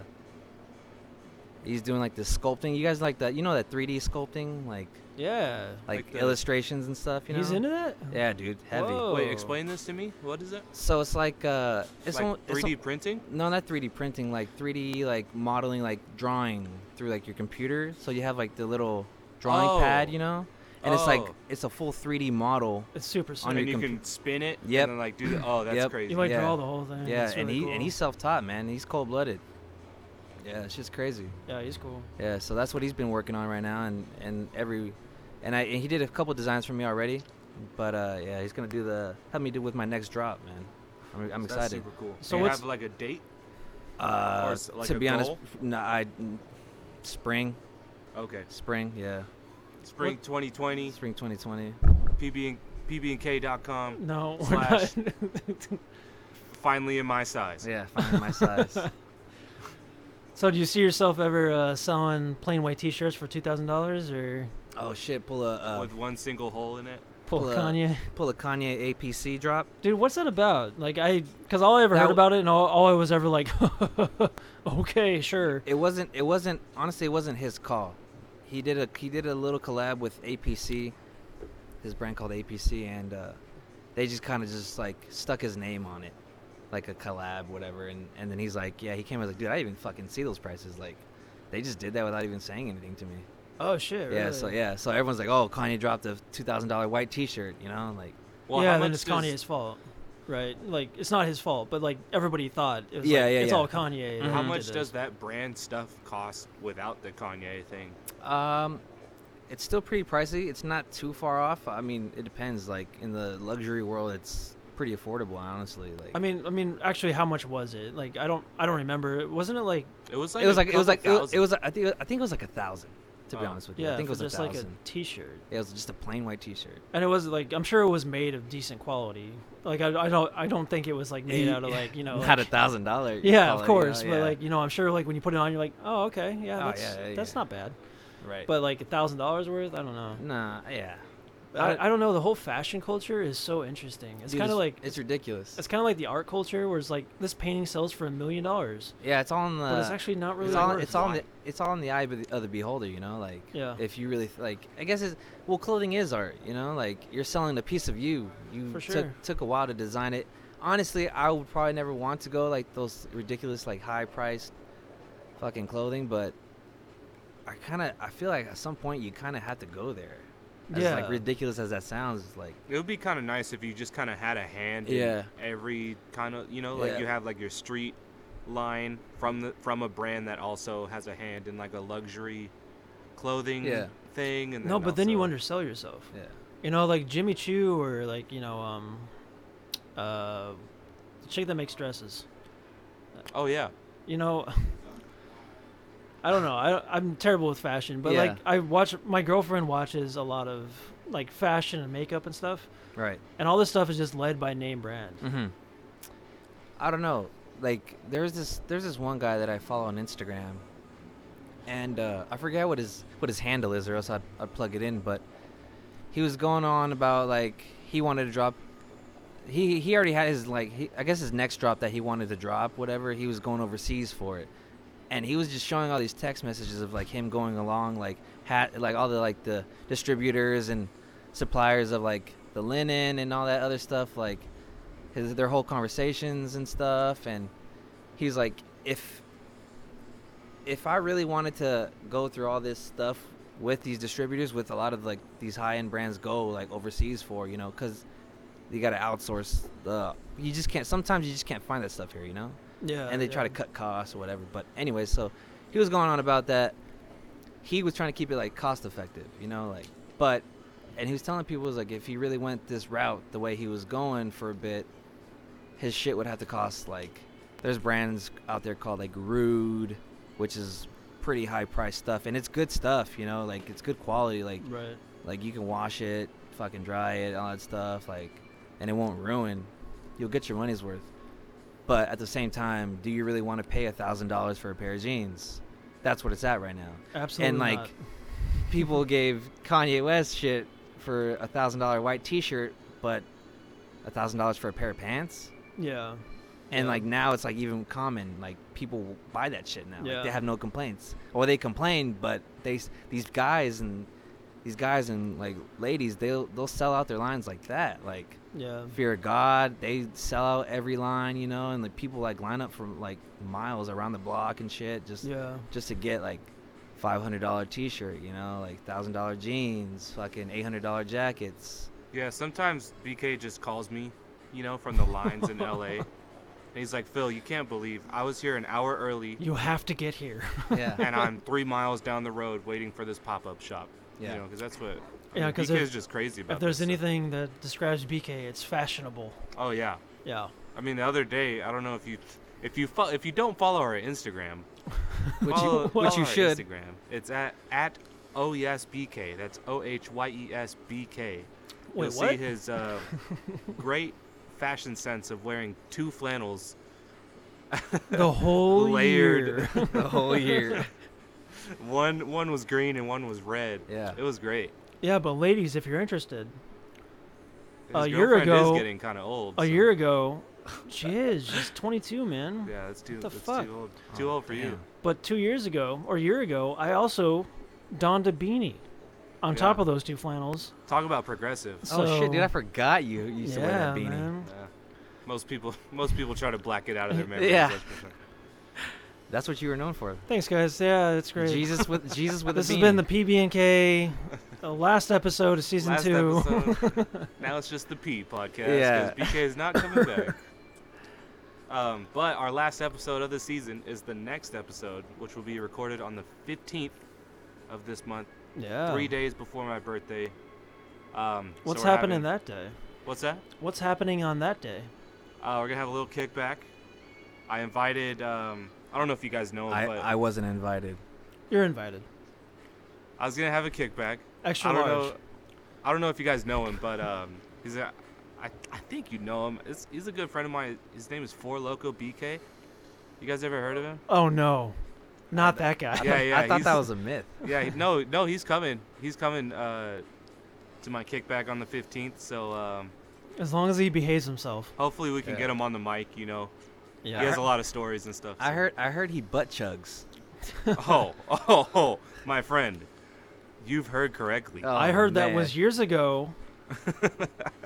G: he's doing like the sculpting. You guys like that? You know that 3D sculpting, like
A: Yeah.
G: like,
F: Like the-
G: illustrations and stuff. You
A: he's
G: know?
A: into that.
G: Yeah, dude, heavy.
A: Whoa.
F: Wait,
A: Oh.
F: explain this to me. What is it?
G: So it's like uh, it's
F: like
G: al- it's
F: 3D
G: al-
F: printing.
G: no, not 3D printing, like 3D like modeling, like drawing through like your computer. So you have like the little drawing pad,
F: Oh.
G: you know, and it's like
F: Oh.
G: it's a full 3D model.
A: It's super sick.
G: On
F: and
G: your
F: you
G: compu-
F: can spin it.
G: Yep.
F: And then like do the. Oh, that's
G: Yep.
F: crazy.
A: You like
G: yeah.
A: draw the whole thing.
G: Yeah,
A: It's
G: and
A: really
G: he
A: cool.
G: and he's self-taught, man. He's cold-blooded. Yeah, it's just crazy.
A: yeah he's cool.
G: Yeah, so that's what he's been working on right now, and and every, and I and he did a couple designs for me already, but uh, yeah, he's gonna do the help me do with my next drop, man. I'm, I'm
F: that's
G: excited.
F: super cool.
A: So
F: So you
A: what's-
F: have like a date?
G: Uh,
F: Or s- like
G: to
F: a
G: be honest,
F: goal?
G: no, I, spring,
F: Okay.
G: spring, yeah,
F: Spring 2020.
G: spring 2020.
F: PB and PBNK.com.
A: No, we're
F: Slash.
A: not.
F: Finally in my size.
G: Yeah, finding my size.
A: so, do you see yourself ever uh, selling plain white T-shirts for two thousand dollars, or
G: Oh shit, pull a uh,
F: With one single hole in it.
A: pull
G: Pull a-
A: Kanye?
G: pull a Kanye APC drop.
A: Dude, what's that about? Like, I because all I ever
G: That
A: heard
G: w-
A: about it, and all, all I was ever like, okay, sure.
G: It wasn't. It wasn't. Honestly, it wasn't his call. He did a. He did a little collab with APC, his brand called APC, and uh, they just kind of just like stuck his name on it, like a collab, whatever. And and then he's like, yeah, he came. I was like, dude, I didn't even fucking see those prices. Like, they just did that without even saying anything to me.
A: Oh shit.
G: Yeah. So yeah. So everyone's like, oh, Kanye dropped a two thousand dollar white T-shirt. You know, like.
F: Well,
A: yeah,
F: how
A: then
F: much
A: it's
F: does-
A: Kanye's fault, right? Like, it's not his fault, but like everybody thought it was.
G: Yeah,
A: like,
G: yeah,
A: It's
G: yeah.
A: all Kanye.
F: How
A: that
F: much
A: did
F: does
A: this.
F: that brand stuff cost without the Kanye thing?
G: Um, it's still pretty pricey. It's not too far off. I mean, it depends. Like in the luxury world, it's pretty affordable, honestly. Like
A: I mean, I mean, actually, how much was it? Like, I don't, I don't remember. It- Wasn't it like,
F: It was like
G: it was
F: a
G: like it was like
F: couple
G: it was,
F: thousand.
G: it was I think I think it was like a thousand. To be
F: Oh.
G: honest with you,
A: yeah,
G: I think it
A: for
G: was
A: just
G: a
A: like a
G: thousand.
A: T-shirt,
G: Yeah, it was just a plain white T-shirt.
A: and it was like, I'm sure it was made of decent quality. Like, I, I don't, I don't think it was like made out of like, you know,
G: not
A: like-
G: a thousand dollar.
A: Yeah,
G: quality,
A: of course.
G: you know,
A: But
G: yeah.
A: like, you know, I'm sure like when you put it on, you're like, oh, okay, yeah,
G: Oh,
A: that's
G: yeah, yeah,
A: that's
G: yeah.
A: not bad.
G: right?
A: But like a thousand dollars worth, I don't know.
G: nah, yeah,
A: I, I don't know. The whole fashion culture is so interesting. It's
G: Dude,
A: kind of like
G: it's ridiculous.
A: it's kind of like the art culture, where it's like this painting sells for a million dollars,
G: yeah, it's all in the.
A: but it's actually not really.
G: Uh, it's all
A: worth
G: it's all in
A: it.
G: the it's all in the eye of the, of the beholder, you know. Like,
A: Yeah.
G: if you really like, I guess it's well, clothing is art, you know. Like, you're selling a piece of you. You
A: For sure.
G: took took a while to design it. Honestly, I would probably never want to go like those ridiculous, like high priced, fucking clothing. But I kind of I feel like at some point you kind of have to go there. As
A: Yeah.
G: like ridiculous as that sounds, it's like
F: It would be kind of nice if you just kind of had a hand.
G: Yeah.
F: In every kind of you know like
G: Yeah.
F: you have like your street line from the from a brand that also has a hand in like a luxury clothing
G: Yeah.
F: thing. And
A: no, but then you
F: also-
A: undersell yourself.
G: Yeah.
A: You know, like Jimmy Choo or like you know, um, uh, the chick that makes dresses.
F: Oh yeah,
A: You know, I don't know. I I'm terrible with fashion, but
G: Yeah.
A: like I watch my girlfriend watches a lot of like fashion and makeup and stuff,
G: Right.
A: and all this stuff is just led by name brand.
G: Mm-hmm. I don't know. Like there's this there's this one guy that I follow on Instagram, and uh, I forget what his what his handle is, or else I'd, I'd plug it in. But he was going on about like he wanted to drop. He he already had his like he, I guess his next drop that he wanted to drop whatever he was going overseas for it, and he was just showing all these text messages of like him going along like hat like all the like the distributors and suppliers of like the linen and all that other stuff like his their whole conversations and stuff and he's like if if i really wanted to go through all this stuff with these distributors with a lot of like these high-end brands go like overseas for you know because you gotta outsource the you just can't sometimes you just can't find that stuff here you know
A: Yeah,
G: and they try
A: yeah.
G: to cut costs or whatever. But anyway, so he was going on about that. He was trying to keep it like cost effective, you know, like but and he was telling people was like if he really went this route the way he was going for a bit, his shit would have to cost like there's brands out there called like Rude, which is pretty high priced stuff and it's good stuff, you know, like it's good quality, like
A: Right.
G: like you can wash it, fucking dry it, all that stuff, like and it won't ruin. You'll get your money's worth. But at the same time, do you really want to pay a thousand dollars for a pair of jeans? That's what it's at right now.
A: Absolutely.
G: and like
A: not.
G: people gave Kanye West shit for a thousand dollar white t shirt, but a thousand dollars for a pair of pants?
A: yeah.
G: And
A: Yeah.
G: like now it's like even common. Like people buy that shit now.
A: Yeah.
G: Like they have no complaints, or they complain, but they s- these guys and these guys and like ladies, they'll they'll sell out their lines like that. Like
A: Yeah.
G: fear of God, they sell out every line, you know, and like people like line up from like miles around the block and shit just
A: Yeah.
G: just to get like five hundred dollar t shirt, you know, like thousand dollar jeans, fucking eight hundred dollar jackets.
F: yeah. Sometimes BK just calls me, you know, from the lines in LA, and he's like, "Phil, you can't believe I was here an hour early,
A: You have to get here.
G: Yeah,
F: and I'm three miles down the road waiting for this pop-up shop."
G: Yeah.
F: You know, because that's what. I
A: Yeah,
F: mean,
A: 'cause
F: BK
A: if-
F: is just crazy about.
A: if there's
F: this stuff.
A: anything that describes BK, it's fashionable.
F: Oh yeah.
A: Yeah.
F: I mean, the other day, I don't know if you if you fo- if you don't follow our Instagram,
G: which you,
F: follow,
G: which
F: follow
G: you
F: our
G: should.
F: Instagram. It's at at o e s b k. That's o h y e s b k.
A: Wait,
F: You'll see
A: what?
F: his uh, great fashion sense of wearing two flannels
A: The whole
F: Layered.
A: year.
G: The whole year.
F: One one was green and one was red.
G: Yeah.
F: it was great.
A: yeah, but ladies, if you're interested,
F: His
A: A year
F: girlfriend
A: ago-
F: is getting kind of old.
A: a
F: so-
A: year ago, she is. She's 22, man.
F: Yeah, that's too
A: the
F: that's
A: fuck?
F: too old. Too old for you.
G: Oh, damn.
A: But two years ago, or a year ago, I also donned a beanie on top
F: Yeah.
A: of those two flannels.
F: Talk about progressive.
G: oh shit, dude! I
A: So-
G: forgot you used to wear
A: yeah,
G: that beanie.
A: man.
F: Yeah. Most people most people try to black it out of their memory.
G: Yeah.
F: that's for sure.
G: That's what you were known for.
A: Thanks, guys. Yeah, it's great.
G: Jesus with Jesus with
A: this
G: a
A: has
G: beanie.
A: been the PB&K uh, last episode of season
F: Last
A: two.
F: episode. now it's just the P podcast.
G: Yeah.
F: Yeah. BK is not coming back. um, but our last episode of the season is the next episode, which will be recorded on the 15th of this month,
A: yeah.
F: three days before my birthday. Um, so
A: Oh. What's
F: we're
A: happening
F: having-
A: that day?
F: What's that?
A: What's happening on that day?
F: Uh, we're gonna have a little kickback. I invited. Um, I don't know if you guys know him,
G: I,
F: but
G: I wasn't invited.
A: You're invited.
F: I was gonna have a kickback.
A: Extra
F: I don't
A: large.
F: know. I don't know if you guys know him, but um, he's a. I, I think you know him. It's, he's a good friend of mine. His name is Four Loco BK. You guys ever heard of him?
A: Oh no, not that guy.
F: Yeah, yeah.
G: I thought that
F: he's-
G: was a myth.
F: Yeah, he- no, no. He's coming. He's coming uh, to my kickback on the 15th. So um,
A: As long as he behaves himself.
F: hopefully we can
G: Yeah.
F: get him on the mic. You know,
A: Yeah.
F: he has a lot of stories and stuff.
G: I
F: so-
G: heard I heard he butt chugs.
F: Oh, oh, oh, my friend, you've heard correctly.
G: Oh,
A: I heard that
G: man.
A: was years ago,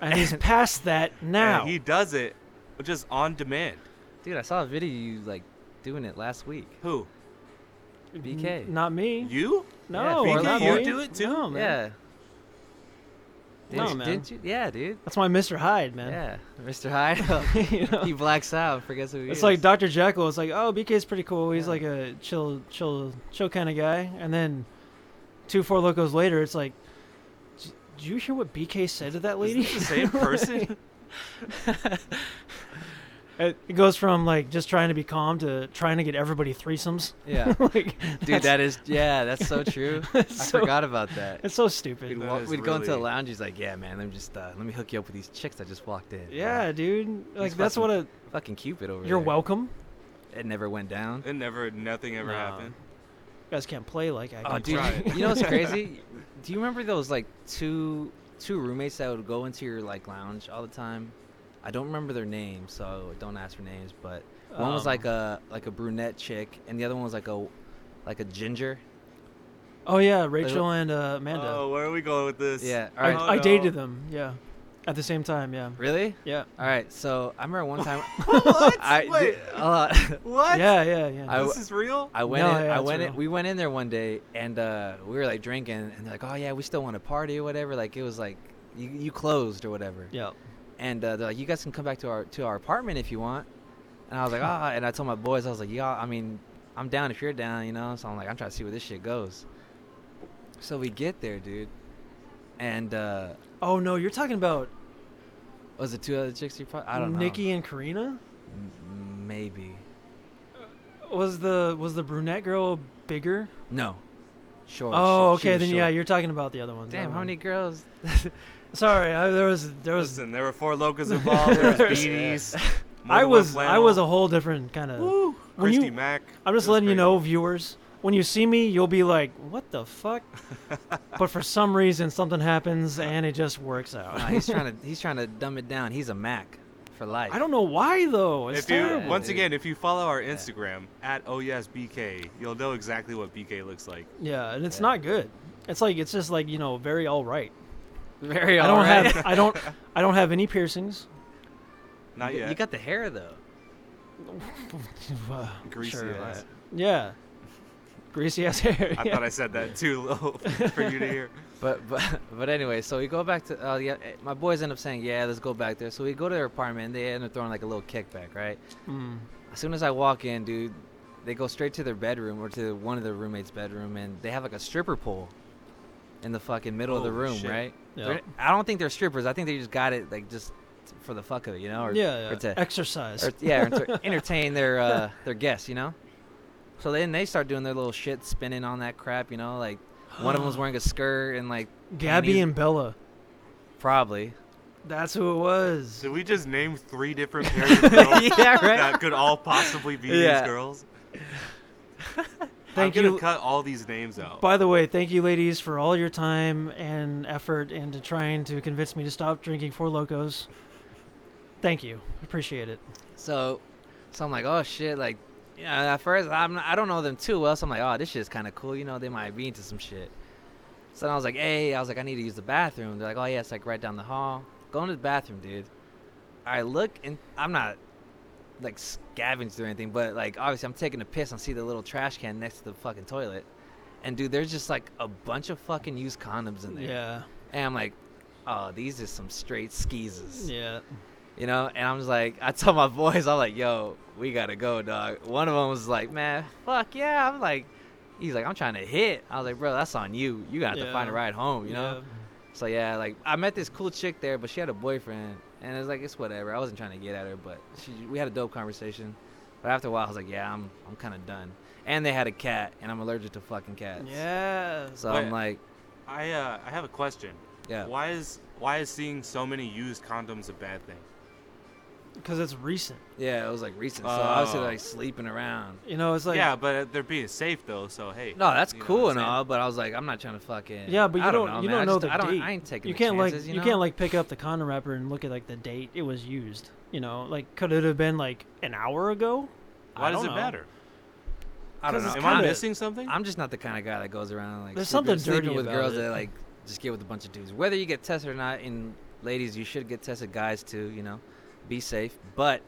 A: and he's past that now.
F: And he does it just on demand.
G: Dude, I saw a video of you like doing it last week.
F: Who?
G: BK.
A: Not me.
F: You?
A: no,
G: Yeah, BK,
A: not
G: you
A: me.
F: do it too?
A: No, Oh, man.
G: yeah. Did,
A: No,
G: you,
A: man.
G: didn't you? Yeah, dude.
A: That's my Mr. Hyde, man.
G: Yeah, Mr. Hyde.
A: You know?
G: he blacks out, forgets who he
A: It's
G: is.
A: like Dr. Jekyll. It's like, oh, BK's pretty cool. He's
G: Yeah.
A: like a chill, chill, chill kind of guy. And then two four locos later, it's like, "D- do you hear what BK said to that lady?
F: Is this the same person?
A: it it goes from like just trying to be calm to trying to get everybody threesomes.
G: Yeah.
A: like,
G: Dude, that is yeah, that's so true. I
A: so-
G: forgot about that.
A: it's so
G: We'd,
A: stupid.
F: That
G: walk,
F: is
G: we'd go into the
F: really-
G: lounge. He's like, "Yeah, man, let me just uh, let me hook you up with these chicks that just walked in."
A: Yeah, dude. Like
G: He's
A: that's what a
G: fucking Cupid over
A: you're
G: there.
A: welcome.
G: It never went down.
F: It never, nothing ever
A: No.
F: happened.
A: You guys can't play like I.
G: Oh,
A: can
G: dude,
A: play.
F: Right.
G: you know what's crazy? Do you remember those like two two roommates that would go into your like lounge all the time? I don't remember their names, so don't ask for names. But one was
A: Um,
G: like a like a brunette chick, and the other one was like a like a ginger.
A: Oh yeah, Rachel and uh, Amanda.
F: Oh, where are we going with this?
G: Yeah, all
A: I,
G: right.
A: I dated
G: oh.
A: them. Yeah, at the same time. Yeah,
G: Really?
A: yeah,
G: All right. So I remember one time.
F: what?
G: I did-
F: Wait,
G: uh,
F: what?
A: yeah, yeah, yeah.
G: I w-
F: this is real?
G: I went
A: No,
G: in,
A: yeah,
G: I
A: that's
G: went in,
A: real.
G: we went in there one day and uh, we were like drinking and they're like, Oh yeah, we still want to party or whatever. Like it was like you, you closed or whatever.
A: yeah.
G: And uh, they're like, You guys can come back to our to our apartment if you want and I was like, Ah and I told my boys, I was like, Yeah, I mean, I'm down if you're down, you know. So I'm like, I'm trying to see where this shit goes. So we get there, dude. And uh
A: Oh no, you're talking about
G: was it two other chicks you probably I don't know.
A: Nikki and Karina.
G: M- maybe.
A: Was the was the brunette girl bigger?
G: No. Sure.
A: oh,
G: she- she
A: okay.
G: was
A: Then yeah,
G: short.
A: you're talking about the other one.
G: Damn, how many girls?
A: Sorry, I, there was there was.
F: Listen, there were four locos involved. There was beanies. more
A: I
F: than one
A: was I
F: flannel.
A: was a whole different kind of.
F: Woo,
A: when
F: Christy
A: you-
F: Mack.
A: I'm just
F: It was
A: letting you
F: crazy.
A: know, viewers. When you see me, you'll be like, "What the fuck?" but for some reason, something happens and it just works out.
G: Nah, he's trying to he's trying to dumb it down. He's a Mac for life.
A: I don't know why though. It's
F: If you
A: terrible.
F: once
G: dude.
F: again, if you follow our Instagram at oh yes BK, you'll know exactly what BK looks like.
A: Yeah, and it's not good. It's like it's just like you know very all right.
G: very.
A: I don't have I don't I don't have any piercings.
F: Not yet.
G: You got the hair though.
A: Uh,
F: greasy.
A: sure.
F: ass.
A: Yeah, greasy ass hair.
F: I
A: yeah.
F: thought I said that too low for you to hear.
G: But but but anyway, so we go back to uh, yeah. eh, My boys end up saying, yeah, let's go back there. So we go to their apartment. and They end up throwing like a little kickback, right?
A: Mm.
G: As soon as I walk in, dude, they go straight to their bedroom or to one of their roommates' bedroom, and they have like a stripper pole in the fucking middle of the
F: Holy
G: room,
F: shit.
G: right?
A: Yeah.
G: They're- I don't think they're strippers. I think they just got it like just for the fuck of it, you know? Or,
A: yeah,
G: Or
A: yeah.
G: to
A: exercise.
G: or, yeah, or to entertain their uh, their guests, you know. So then they start doing their little shit, spinning on that crap, you know. Like one of them was wearing a skirt and like
A: Gabby
G: panties-
A: and Bella.
G: probably.
A: That's who it was.
F: Did we just name three different pairs of girls
G: Yeah, right.
F: that could all possibly be
G: Yeah.
F: these girls?
A: Thank
F: I'm gonna
A: you.
F: cut all these names out.
A: By the way, thank you, ladies, for all your time and effort into trying to convince me to stop drinking Four Locos. Thank you. Appreciate it.
G: So, so I'm like, oh shit, like, you know, at first I'm I don't know them too well, so I'm like, oh, this shit's kind of cool, you know, they might be into some shit. So then I was like, hey, I was like, I need to use the bathroom. They're like, oh yeah, it's like right down the hall. Go into the bathroom, dude. I look and I'm not like scavenged or anything, but like obviously I'm taking a piss and see the little trash can next to the fucking toilet. And dude, there's just like a bunch of fucking used condoms in there.
A: Yeah,
G: And I'm like, oh, these are some straight skeezes
A: yeah.
G: you know and i'm just like i tell my boys i'm like yo we gotta go dog one of them was like man fuck yeah i'm like he's like i'm trying to hit i was like bro that's on you you gotta have to find a
A: Yeah.
G: ride home you know
A: Yeah.
G: so yeah like i met this cool chick there but she had a boyfriend and it's like it's whatever i wasn't trying to get at her but she, we had a dope conversation but after a while i was like yeah i'm, I'm kind of done and they had a cat and i'm allergic to fucking cats
A: Yes.
G: so i'm
F: Wait.
G: like
F: I uh, I have a question.
G: yeah
F: Why is why is seeing so many used condoms a bad thing?
A: Because it's recent.
G: yeah it was like recent so i was
F: Oh.
G: like sleeping around
A: You know, it's like
F: yeah, but they're being safe though, so hey.
G: No, that's
F: you know
G: cool
F: what I'm
G: and
F: saying?
G: all, but I was like, I'm not trying to fucking.
A: Yeah, but you
G: I
A: don't,
G: don't, know,
A: you don't
G: man.
A: know
G: I just-
A: the
G: I don't,
A: date.
G: I ain't taking.
A: you
G: the
A: can't
G: chances,
A: like
G: you,
A: you
G: know?
A: can't like pick up the condom wrapper and look at like the date it was used. You know, like could it have been like an hour ago?
F: Why
A: I
F: does
A: don't
F: it
A: know.
F: matter?
G: I don't know.
A: It's
F: Am I
A: kinda-
F: missing something?
G: I'm just not the kind of guy that goes around like.
A: There's
G: sleeping-
A: something
G: sleeping
A: dirty
G: with
A: about
G: girls
A: it.
G: that like just get with a bunch of dudes. Whether you get tested or not, and ladies, you should get tested. Guys too, you know, be safe. But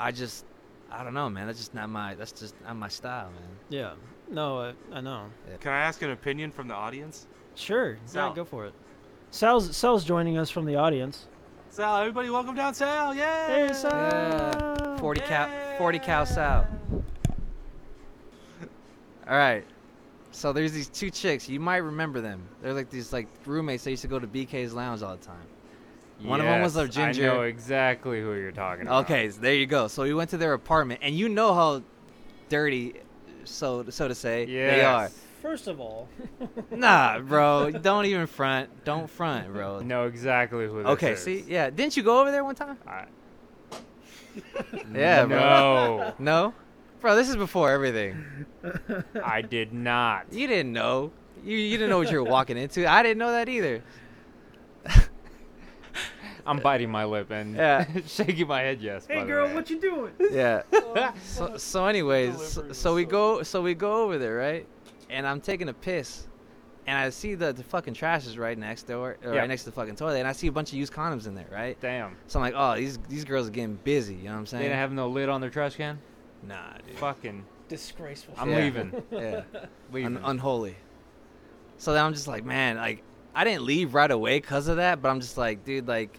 G: I just, I don't know, man. That's just not my. That's just not my style, man.
A: Yeah. No, I, I know.
F: Can I ask an opinion from the audience?
A: Sure.
F: Sal.
A: Yeah, go for it. Sal's Sal's joining us from the audience.
F: Sal, everybody, welcome down, Sal. Yeah.
A: Hey, Sal.
G: Yeah. Forty cow, forty cow sow. All right, So there's these two chicks. You might remember them. They're like these like roommates. They used to go to BK's lounge all the time. One of 'em was a
E: Yes,
G: ginger.
E: I know exactly who you're talking about.
G: Okay, so there you go. So we went to their apartment, and you know how dirty, so so to say, they are.
E: Yes.
A: First of all,
G: Nah, bro, don't even front. Don't front, bro.
E: Know exactly who. This
G: okay,
E: is.
G: see, yeah. Didn't you go over there one time?
E: I,
G: Yeah, bro.
E: no,
G: No, bro. This is before everything.
E: I did not.
G: You didn't know. You you didn't know what you were walking into. I didn't know that either.
E: I'm biting my lip and
G: Yeah.
E: shaking my head. Yes. by
A: hey
E: the
A: girl,
E: way.
A: what you doing?
G: yeah. So, so anyways, so, so we go, so we go over there, right? And I'm taking a piss, and I see the, the fucking trash is right next door, or
E: Yeah.
G: right next to the fucking toilet, and I see a bunch of used condoms in there, right?
E: Damn.
G: So I'm like, oh, these these girls are getting busy. You know what I'm
E: They
G: saying?
E: didn't have no lid on their trash can.
G: nah, dude.
E: Fucking.
A: Disgraceful.
E: I'm
G: Yeah.
E: leaving.
G: Yeah,
E: Leaving.
G: Un- unholy. So then I'm just like, man, like I didn't leave right away because of that, but I'm just like, dude, like,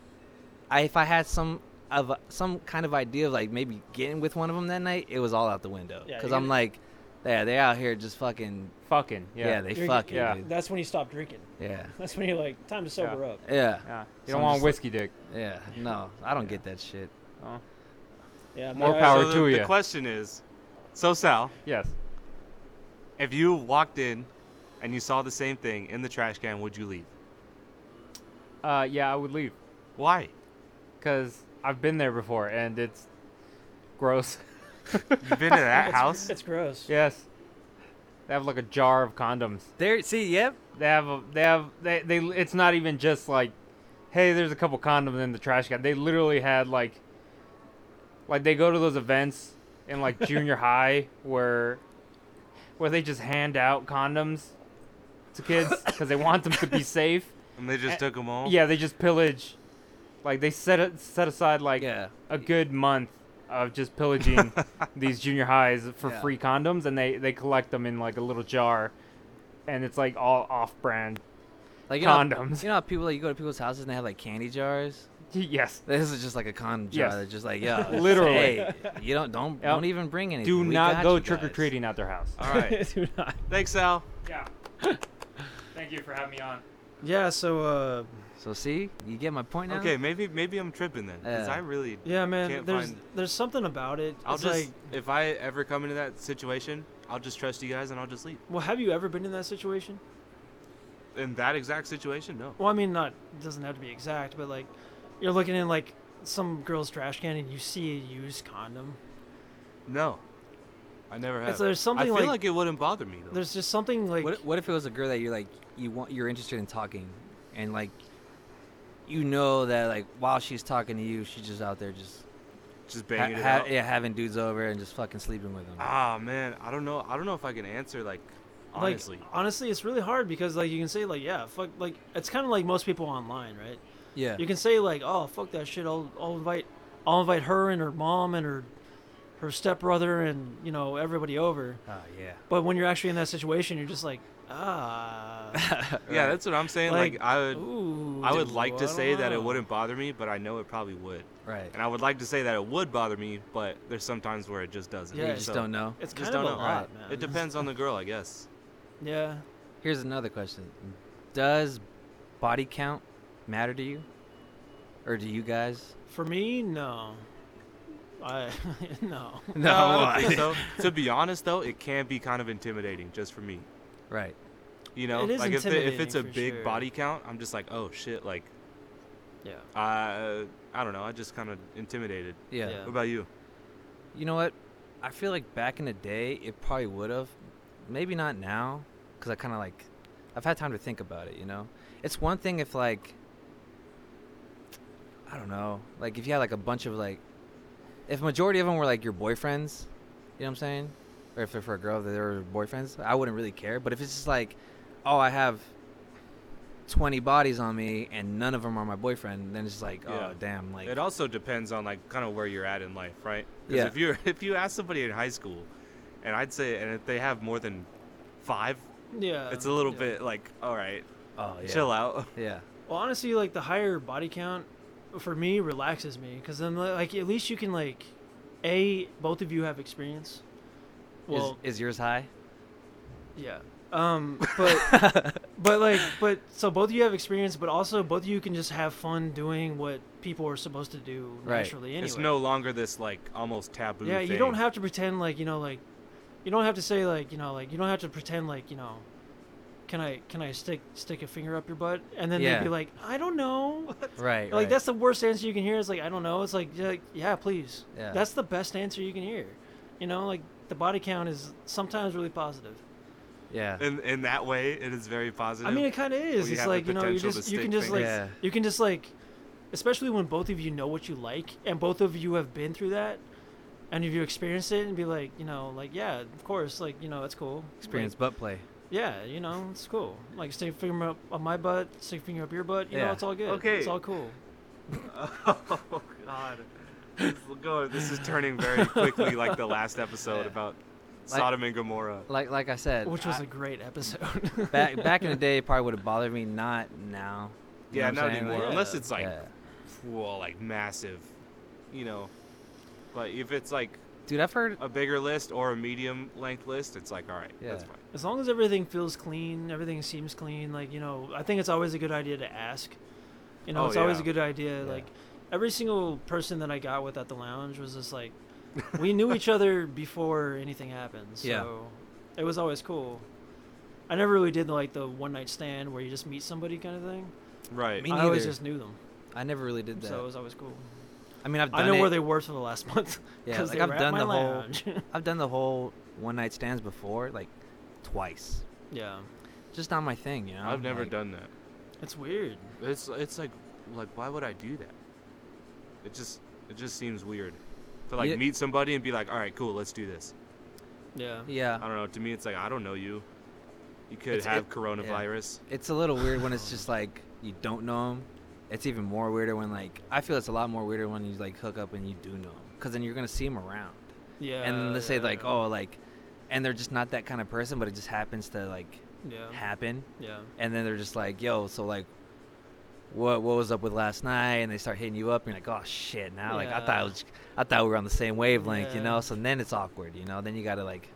G: I if I had some of some kind of idea of like maybe getting with one of them that night, it was all out the window.
A: Yeah,
G: Because
A: you're-
G: I'm like, yeah, they out here just fucking,
E: Fucking.
G: yeah,
E: Yeah.
G: they
A: You're-
G: fucking,
E: yeah.
G: dude.
A: That's when you stop drinking.
G: yeah,
A: That's when you're like, time to sober up.
G: yeah,
E: Yeah.
G: So
E: You
G: I'm
E: don't want
G: just
E: whiskey dick.
G: yeah. No, I don't get that shit.
A: Yeah.
E: More
A: no,
E: power
F: so
E: to
F: the,
E: ya.
F: The question is, so Sal,
E: Yes.
F: if you walked in and you saw the same thing in the trash can, would you leave?
E: Uh, yeah, I would leave
F: Why?
E: because I've been there before and it's gross.
F: You've been to that
A: It's,
F: house?
A: It's gross.
E: yes. They have like a jar of condoms.
G: There, see, yep,
E: They have a, they have they, they it's not even just like hey, there's a couple condoms in the trash can. They literally had like like they go to those events in like junior high where where they just hand out condoms to kids cuz they want them to be safe.
F: And they
A: Eh,
F: just took them home?
E: Yeah, they just pillage like they set a, set aside like
G: yeah.
E: a good month of just pillaging these junior highs for
G: Yeah.
E: free condoms, and they they collect them in like a little jar, and it's like all off-brand.
G: Like you Know,
E: Condoms.
G: you know how people like you go to people's houses and they have like candy jars.
E: yes,
G: This is just like a condom jar.
E: Yes.
G: They're just like, yo,
E: Literally.
G: hey, you don't don't don't even bring anything.
E: do
G: We
E: not
G: got
E: go
G: you guys. Uh.
E: trick or treating at their house.
F: All right.
A: Do not.
F: Thanks, Sal.
E: Yeah. Thank you for having me on.
A: Yeah. So, uh,
G: So see, you get my point now.
F: Okay, maybe maybe I'm tripping then, because
G: Yeah.
F: I really
A: yeah, man.
F: Can't
A: there's
F: find-
A: there's something about it.
F: I'll
A: it's
F: just
A: like,
F: if I ever come into that situation, I'll just trust you guys and I'll just leave.
A: well, have you ever been in that situation?
F: In that exact situation, no.
A: Well, I mean, not it doesn't have to be exact, but like, you're looking in like some girl's trash can and you see a used condom.
F: No. I never have.
A: It's- there's something
F: I feel
A: like-
F: like, it wouldn't bother me though.
A: There's just something like
G: What what if it was a girl that you're like you want you're interested in talking, and like you know that like while she's talking to you, she's just out there just
F: just
G: ha-
F: banging it
G: ha-
F: out.
G: yeah having dudes over and just fucking sleeping with them.
F: Ah man, I don't know. I don't know if I can answer like honestly.
A: Like, honestly, it's really hard because like you can say like yeah, fuck, like it's kind of like most people online, right?
G: yeah.
A: You can say like oh fuck that shit. I'll I'll invite I'll invite her and her mom and her her stepbrother and you know everybody over.
G: oh yeah.
A: But when you're actually in that situation, you're just like ah,
F: yeah, that's what I'm saying. Like,
A: Like,
F: I would
A: ooh.
F: I would like to
A: don't
F: say that it
A: know."
F: wouldn't bother me, but I know it probably would.
G: Right.
F: And I would like to say that it would bother me, but there's some times where it just doesn't.
A: Yeah,
G: You just
F: So,
G: don't know.
A: It's kind
F: Just
A: of
F: don't
A: a
F: know.
A: lot,
G: Right.
A: man.
F: It depends on the girl, I guess.
A: Yeah.
G: Here's another question: Does body count matter to you, or do you guys?
A: For me, no. I no.
G: No,
F: I
G: why?
F: don't think so. to be honest, though, it can be kind of intimidating just for me.
G: Right.
F: You know,
A: It is
F: like if, the, if
A: intimidating
F: it's a
A: for
F: big
A: sure.
F: body count, I'm just like, oh shit, like,
A: Yeah.
F: I, I don't know, I just kind of intimidated.
G: Yeah.
A: Yeah.
F: What about you?
G: You know what? I feel like back in the day, it probably would have. Maybe not now, because I kind of like, I've had time to think about it. You know, it's one thing if like, I don't know, like if you had like a bunch of like, if majority of them were like your boyfriends, you know what I'm saying, or if they're for a girl, if they were boyfriends, I wouldn't really care. But if it's just like, oh, I have. 20 bodies on me and none of them are my boyfriend then it's just like
F: Yeah.
G: oh damn like
F: It also depends on like kind of where you're at in life, right? 'Cause
G: Yeah.
F: If you if you ask somebody in high school, and I'd say, and if they have more than five,
A: Yeah.
F: it's a little
A: Uh, yeah.
F: bit like, all right,
G: oh yeah
F: chill out.
G: yeah
A: Well, honestly, like the higher body count for me relaxes me because then like at least you can like a both of you have experience. Well,
G: is, is yours high
A: yeah. Um, but but like but so both of you have experience, but also both of you can just have fun doing what people are supposed to do
G: Right.
A: naturally anyway.
F: It's no longer this like almost taboo.
A: yeah, you
F: thing.
A: don't have to pretend like you know like you don't have to say like you know like you don't have to pretend like you know. Can I can I stick stick a finger up your butt and then
G: Yeah.
A: they'd be like I don't know
G: Right.
A: like that's the worst answer you can hear is like I don't know it's like, yeah, like yeah please
G: Yeah.
A: that's the best answer you can hear you know like the body count is sometimes really positive
G: yeah.
F: In in that way, it is very positive.
A: I mean, it kind of is.
F: you
A: It's
F: have the
A: like you know, you
F: potential
A: just
F: to
A: you can
F: stick
A: just like
G: fingers. Yeah.
A: you can just like, especially when both of you know what you like and both of you have been through that, and if you experience it and be like, you know, like yeah, of course, like you know, it's cool.
G: Experience butt play.
A: Like, yeah, you know, it's cool. Like stick a finger up on my butt, stick a finger up your butt. You know,
G: Yeah.
A: it's all good.
F: Okay.
A: it's all cool.
F: oh God, this is, going, this is turning very quickly like the last episode about Sodom and Gomorrah.
G: Like like I said,
A: Which was
G: I-
A: a great episode.
G: back back in the day, it probably would have bothered me. Not now. You know
F: Yeah,
G: what I'm
F: not
G: saying?
F: anymore.
G: Like,
F: Unless it's like,
G: yeah.
F: whoa, like massive, you know. But if it's like
G: dude, I've heard.
F: a bigger list or a medium length list, it's like all right, that's
G: Yeah.
F: fine.
A: as long as everything feels clean, everything seems clean. Like you know, I think it's always a good idea to ask. You know,
F: Oh,
A: it's always
F: yeah.
A: a good idea.
G: Yeah.
A: Like every single person that I got with at the lounge was just like, we knew each other before anything happened. So
G: Yeah.
A: it was always cool. I never really did like the one night stand where you just meet somebody kind of thing.
F: Right.
G: Me
A: I always
G: neither.
A: just knew them,
G: I never really did that.
A: so it was always cool.
G: I mean, I've done
A: I know
G: it.
A: where they were for the last month
G: Yeah,
A: because
G: like,
A: they
G: I've
A: were
G: done
A: at my
G: the whole-
A: lounge.
G: I've done the whole one night stands before, like twice.
A: yeah,
G: Just not my thing, you know.
F: I've never
G: Like,
F: done that.
A: it's weird.
F: It's it's like like why would I do that? It just it just seems weird to like
G: Yeah.
F: meet somebody and be like, all right, cool, let's do this.
A: Yeah.
F: I
G: Yeah,
F: don't know. To me, it's like I don't know you. You could
G: It's-
F: have
G: it-
F: coronavirus.
G: it's a little weird when it's just like you don't know them. It's even more weirder when like I feel it's a lot more weirder when you like hook up and you do know them, because then you're gonna see them around.
A: Yeah.
G: and then they say
A: yeah,
G: like,
A: yeah.
G: oh, like, and they're just not that kind of person, but it just happens to like
A: Yeah.
G: happen.
A: Yeah.
G: And then they're just like, yo, so like, what what was up with last night? And they start hitting you up, and you're like, oh shit, now like I thought
A: Yeah.
G: it was, I thought we were on the same wavelength, you
A: Yeah.
G: know. So then it's awkward, you know. Then you gotta like,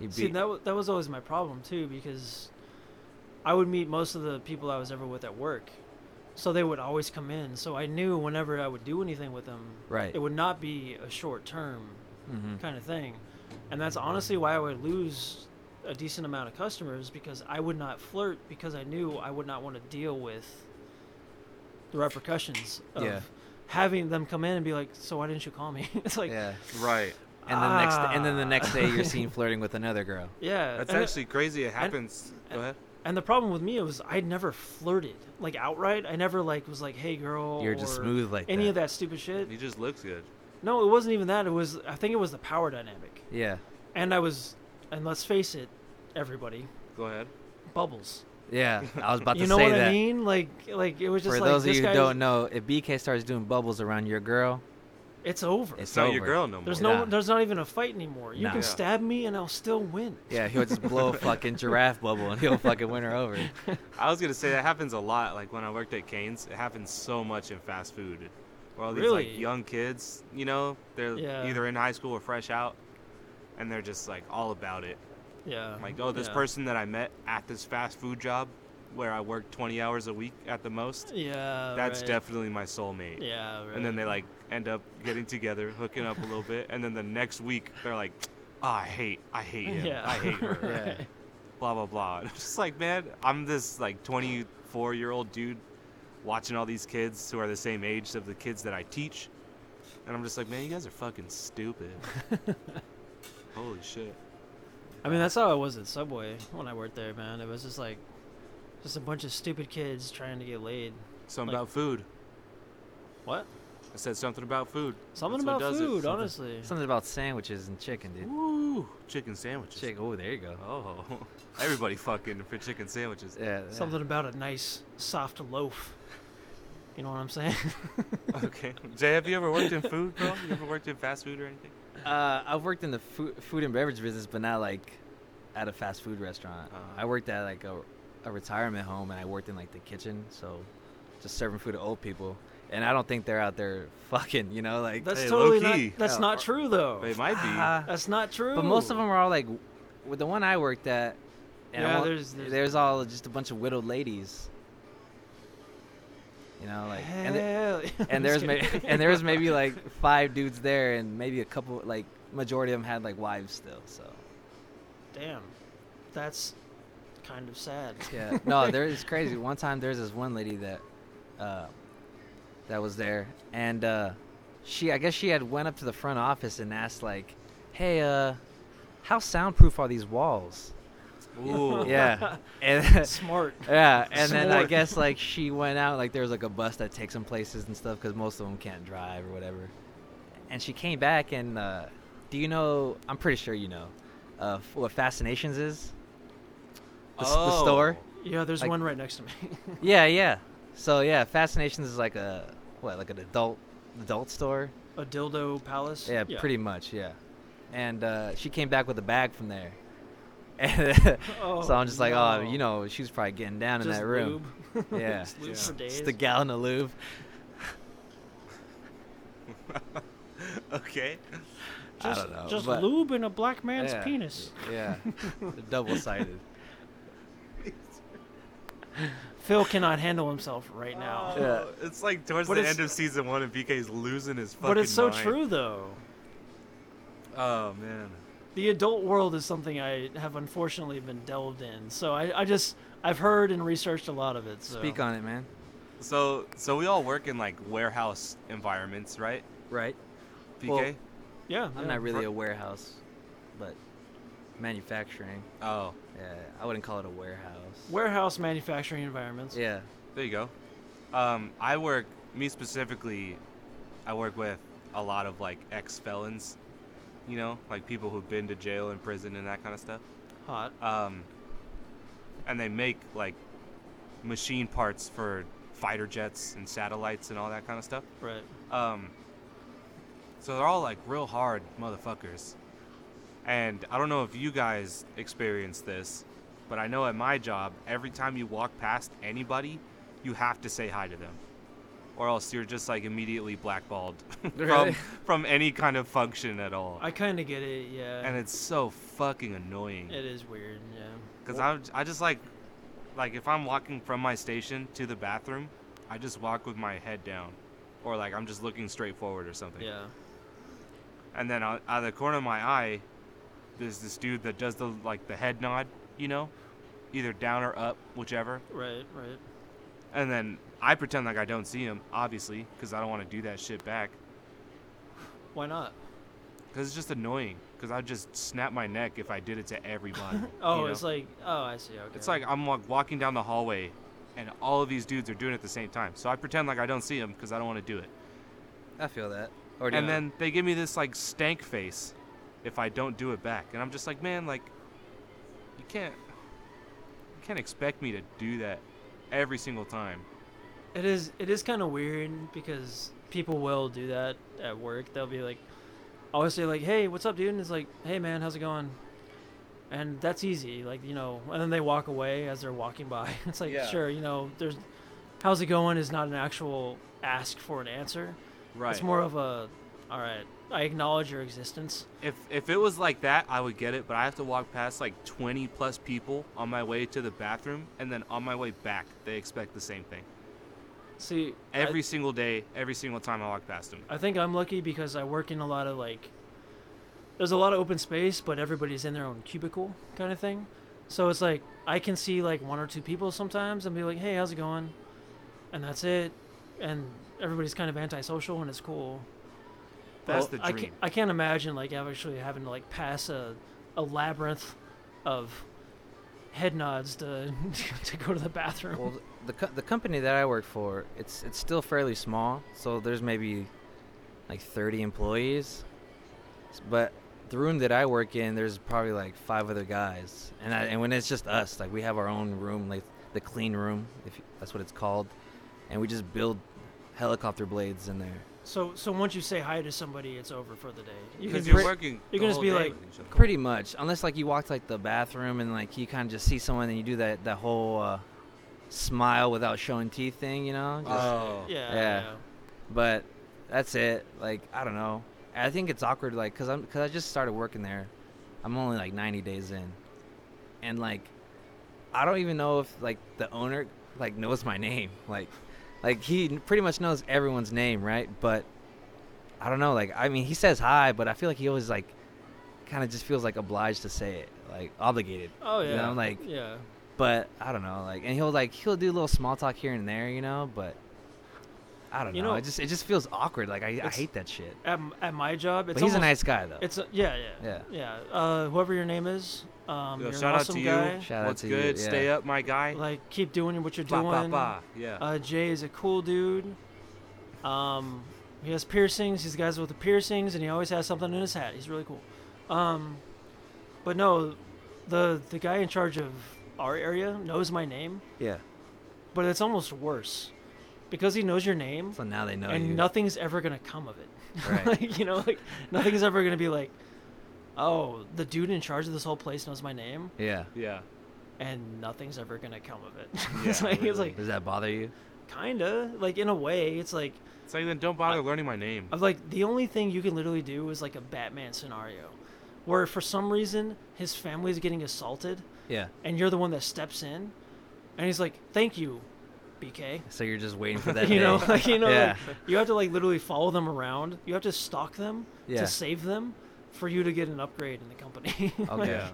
G: you
A: See,
G: be
A: that wa- that was always my problem too because I would meet most of the people I was ever with at work, so they would always come in. So I knew whenever I would do anything with them,
G: right.
A: it would not be a short term
G: hmm
A: kind of thing, and that's honestly why I would lose a decent amount of customers because I would not flirt because I knew I would not want to deal with the repercussions of
G: Yeah.
A: having them come in and be like, "So why didn't you call me?" it's like, yeah,
G: Yeah.
F: Right.
G: And then next, and then the next day,
A: Ah.
G: you're seen flirting with another girl.
F: That's
A: and-
F: actually crazy. It happens. Go ahead.
A: And the problem with me was I never flirted like outright. I never like was like, "Hey, girl,"
G: You're just
A: or
G: smooth like
A: any
G: that.
A: of that stupid shit.
F: He just looks good.
A: No, it wasn't even that. It was I think it was the power dynamic.
G: Yeah.
A: And I was, and let's face it, everybody
F: Go ahead.
A: bubbles.
G: Yeah. I was about
A: You
G: to
A: know
G: say
A: what
G: that.
A: I mean? Like, like it was just
G: For
A: like
G: those of
A: this
G: you who
A: guy's-
G: don't know, if BK starts doing bubbles around your girl,
A: it's over.
G: it's
F: It's not your
G: over.
F: girl no more.
A: there's
G: Nah.
A: no, there's not even a fight anymore. You
G: Nah.
A: can
F: Yeah.
A: stab me and I'll still win.
G: Yeah, he'll just blow a fucking giraffe bubble and he'll fucking win her over.
F: I was gonna say that happens a lot. Like when I worked at Canes, it happens so much in fast food. Where all these
A: Really?
F: like young kids, you know, they're
A: Yeah.
F: either in high school or fresh out, and they're just like all about it.
A: Yeah.
F: Like, oh, this
A: yeah.
F: person that I met at this fast food job, where I worked 20 hours a week at the most,
A: Yeah.
F: that's
A: right.
F: definitely my soulmate.
A: Yeah. Right.
F: And then they like end up getting together, hooking up a little bit, and then the next week they're like, oh, I hate, I hate him,
A: Yeah.
F: I hate her,
G: Yeah.
F: blah blah blah. And I'm just like, man, I'm this like 24 year old dude watching all these kids who are the same age of the kids that I teach, and I'm just like, man, you guys are fucking stupid. Holy shit.
A: I mean, that's how I was at Subway when I worked there, man. It was just like, just a bunch of stupid kids trying to get laid.
F: Something
A: Like-
F: about food.
A: What?
F: I said something about food.
A: Something
F: That's what
A: about
F: does it.
A: food,
F: Something-
A: honestly.
G: Something about sandwiches and chicken, dude.
F: Woo! Chicken sandwiches.
G: Chick, oh, there you go.
F: Oh, everybody fucking for chicken sandwiches.
G: Yeah. yeah.
A: Something about a nice soft loaf. You know what I'm saying?
F: Okay. Jay, have you ever worked in food, bro? You ever worked in fast food or anything?
G: Uh, I've worked in the food, food and beverage business, but not like at a fast food restaurant.
F: Uh-huh.
G: I worked at like a, a retirement home and I worked in like the kitchen, so just serving food to old people. And I don't think they're out there fucking, you know, like.
A: That's
F: Hey,
A: totally
F: low-key.
A: not. That's
G: Yeah,
A: not
G: or-
A: true though.
F: They might be.
G: Ah.
A: That's not true.
G: But most of them are all like, with the one I worked at, And I
A: Yeah,
G: won't-
A: there's- there's-
G: all just a bunch of widowed ladies. You know, like and, the-
A: Hell- I'm
G: and there's
A: just
G: may,
A: kidding.
G: and there's maybe like five dudes there, and maybe a couple like majority of them had like wives still. So
A: damn, that's kind of sad.
G: yeah, no, there it's crazy. One time there's this one lady that, uh, that was there, and uh, she I guess she had went up to the front office and asked like, hey, uh, how soundproof are these walls?
F: Ooh.
G: Yeah, and
A: Smart.
G: Yeah, and then I
A: Smart.
G: guess like she went out like there was like a bus that takes them places and stuff because most of them can't drive or whatever. And she came back and uh, do you know? I'm pretty sure you know uh, f- what Fascinations is. The, s- the store.
A: Yeah, there's
G: Like-
A: one right next to me.
G: Yeah, yeah. So yeah, Fascinations is like a what like an adult adult store.
A: a dildo palace.
G: Yeah, pretty much. Yeah. And uh, she came back with a bag from there. And so I'm just like, oh,
A: no.
G: you know, she was probably getting down in
A: Just
G: that room.
A: lube.
G: Yeah.
A: Just lube
F: Yeah.
A: for days.
G: Just a gallon of lube.
F: Okay.
A: Just,
G: I don't know.
A: just
G: but-
A: lube in a black man's
G: Yeah.
A: penis.
G: Yeah. Double sided.
A: Phil cannot handle himself right now.
G: Yeah.
F: It's like towards
A: But
F: the
A: it's-
F: end of season one, and BK's losing his fucking.
A: but it's so
F: mind.
A: true though.
F: Oh man.
A: The adult world is something I have unfortunately been delved in. So I, I just I've heard and researched a lot of it. So.
G: Speak on it, man.
F: So so we all work in like warehouse environments, right?
G: Right.
F: BK.
G: Well-
A: Yeah.
G: I'm
A: yeah.
G: not really a warehouse, but manufacturing.
F: oh,
G: Yeah, I wouldn't call it a warehouse.
A: warehouse manufacturing environments.
G: Yeah.
F: there you go. Um, I work. Me specifically, I work with a lot of like ex felons. You know, like people who've been to jail and prison and that kind of stuff.
A: Hot.
G: Uh,
F: um, and they make like machine parts for fighter jets and satellites and all that kind of stuff.
A: Right.
F: Um, so they're all like real hard motherfuckers. And I don't know if you guys experience this, but I know at my job, every time you walk past anybody, you have to say hi to them. Or else you're just like immediately blackballed
G: Really?
F: from, from any kind of function at all.
A: I kind of get it. Yeah.
F: and it's so fucking annoying.
A: it is weird. Yeah.
F: Cause I, I just like, like if I'm walking from my station to the bathroom, I just walk with my head down, or like I'm just looking straight forward or something.
A: Yeah.
F: And then out out of the corner of my eye, there's this dude that does the like the head nod, you know, either down or up, whichever.
A: Right. Right.
F: And then I pretend like I don't see him, obviously, cause I don't want to do that shit back,
A: Why not?
F: cause it's just annoying. Cause I'd just snap my neck if I did it to everybody.
A: Oh,
F: you know?
A: it's like oh, I see. Okay.
F: It's like I'm like walking down the hallway, and all of these dudes are doing it at the same time. So I pretend like I don't see them because I don't want to do it.
G: I feel that. Or do
F: And
G: you-
F: then they give me this like stank face if I don't do it back, and I'm just like, man, like you can't, you can't expect me to do that every single time.
A: It is. It is kind of weird because people will do that at work. They'll be like, I always say like, "Hey, what's up, dude?" And it's like, "Hey, man, how's it going?" And that's easy, like you know. And then they walk away as they're walking by. It's like,
F: Yeah.
A: sure, you know, there's, "How's it going?" is not an actual ask for an answer. It's more of a, "All right, I acknowledge your existence."
F: If if it was like that, I would get it. But I have to walk past like 20 plus people on my way to the bathroom, and then on my way back, they expect the same thing
A: See, I-
F: every single day, every single time I walk past them.
A: I think I'm lucky because I work in a lot of like there's a lot of open space, but everybody's in their own cubicle kind of thing. So it's like I can see like one or two people sometimes and be like, "Hey, how's it going?" and that's it. And everybody's kind of antisocial and it's cool.
F: That's
A: Well,
F: the
A: I
F: dream.
A: can't, I can't imagine like actually having to like pass a, a labyrinth of head nods to to go to the bathroom.
G: well, the co- the company that I work for, it's it's still fairly small. So there's maybe like 30 employees, S- but the room that I work in, there's probably like five other guys, and I, and when it's just us, like we have our own room, like the clean room, if you- that's what it's called, and we just build helicopter blades in there.
A: so so once you say hi to somebody, it's over for the day. You can
F: Because you're
A: pre-
F: working.
A: you
F: the
A: can just
F: whole
A: be
F: day
A: like,
F: with each other.
G: Pretty much, unless like you walk to, like the bathroom and like you kind of just see someone and you do that that whole uh, smile without showing teeth thing, you know? Just,
F: Oh.
A: Yeah.
G: Yeah.
A: yeah.
G: but that's it. Like I don't know. I think it's awkward, like, cause I'm, cause I just started working there. I'm only like 90 days in, and like, I don't even know if like the owner like knows my name. Like, like he pretty much knows everyone's name, right? But I don't know. Like, I mean, he says hi, but I feel like he always like kind of just feels like obliged to say it, like obligated.
A: Oh yeah.
G: You know, like,
A: yeah.
G: but I don't know. Like, and he'll like he'll do a little small talk here and there, you know. But I don't
A: You
G: know.
A: know-
G: It just it just feels awkward. Like I, I
A: It's-
G: hate that shit.
A: At, m- at my job, it's
G: But he's a
A: almost-
G: nice guy though.
A: It's a, yeah, yeah, yeah, Uh, whoever your name is, um,
F: Yo,
A: you're
F: shout
A: an
F: out
A: awesome
F: to you.
A: guy.
G: Shout out
F: What's
G: to you,
F: good?
G: yeah.
F: Stay up, my guy.
A: Like, keep doing what you're
F: Bah, bah,
A: doing.
F: bah. Yeah.
A: Uh, Jay is a cool dude. Um, he has piercings. He's guys with the piercings, and he always has something in his hat. He's really cool. Um, but no, the the guy in charge of our area knows my name,
G: yeah.
A: but it's almost worse because he knows your name,
G: So now they know
A: and
G: you.
A: nothing's ever gonna come of it.
G: Right.
A: like, you know, like nothing's ever gonna be like, oh, the dude in charge of this whole place knows my name,
G: yeah.
F: yeah.
A: and nothing's ever gonna come of it. it's
F: Yeah,
A: like it's
F: really.
A: like
G: Does that bother you?
A: kinda like in a way, it's like
F: So then don't bother learning my name.
A: of like the only thing you can literally do is like a Batman scenario, where for some reason his family's getting assaulted,
G: Yeah.
A: and you're the one that steps in, and he's like, "Thank you, BK."
G: So you're just waiting for that.
A: you know,
G: day.
A: like you know,
G: Yeah.
A: like, you have to like literally follow them around. You have to stalk them
G: Yeah.
A: to save them for you to get an upgrade in the company.
G: Okay.
F: Yeah.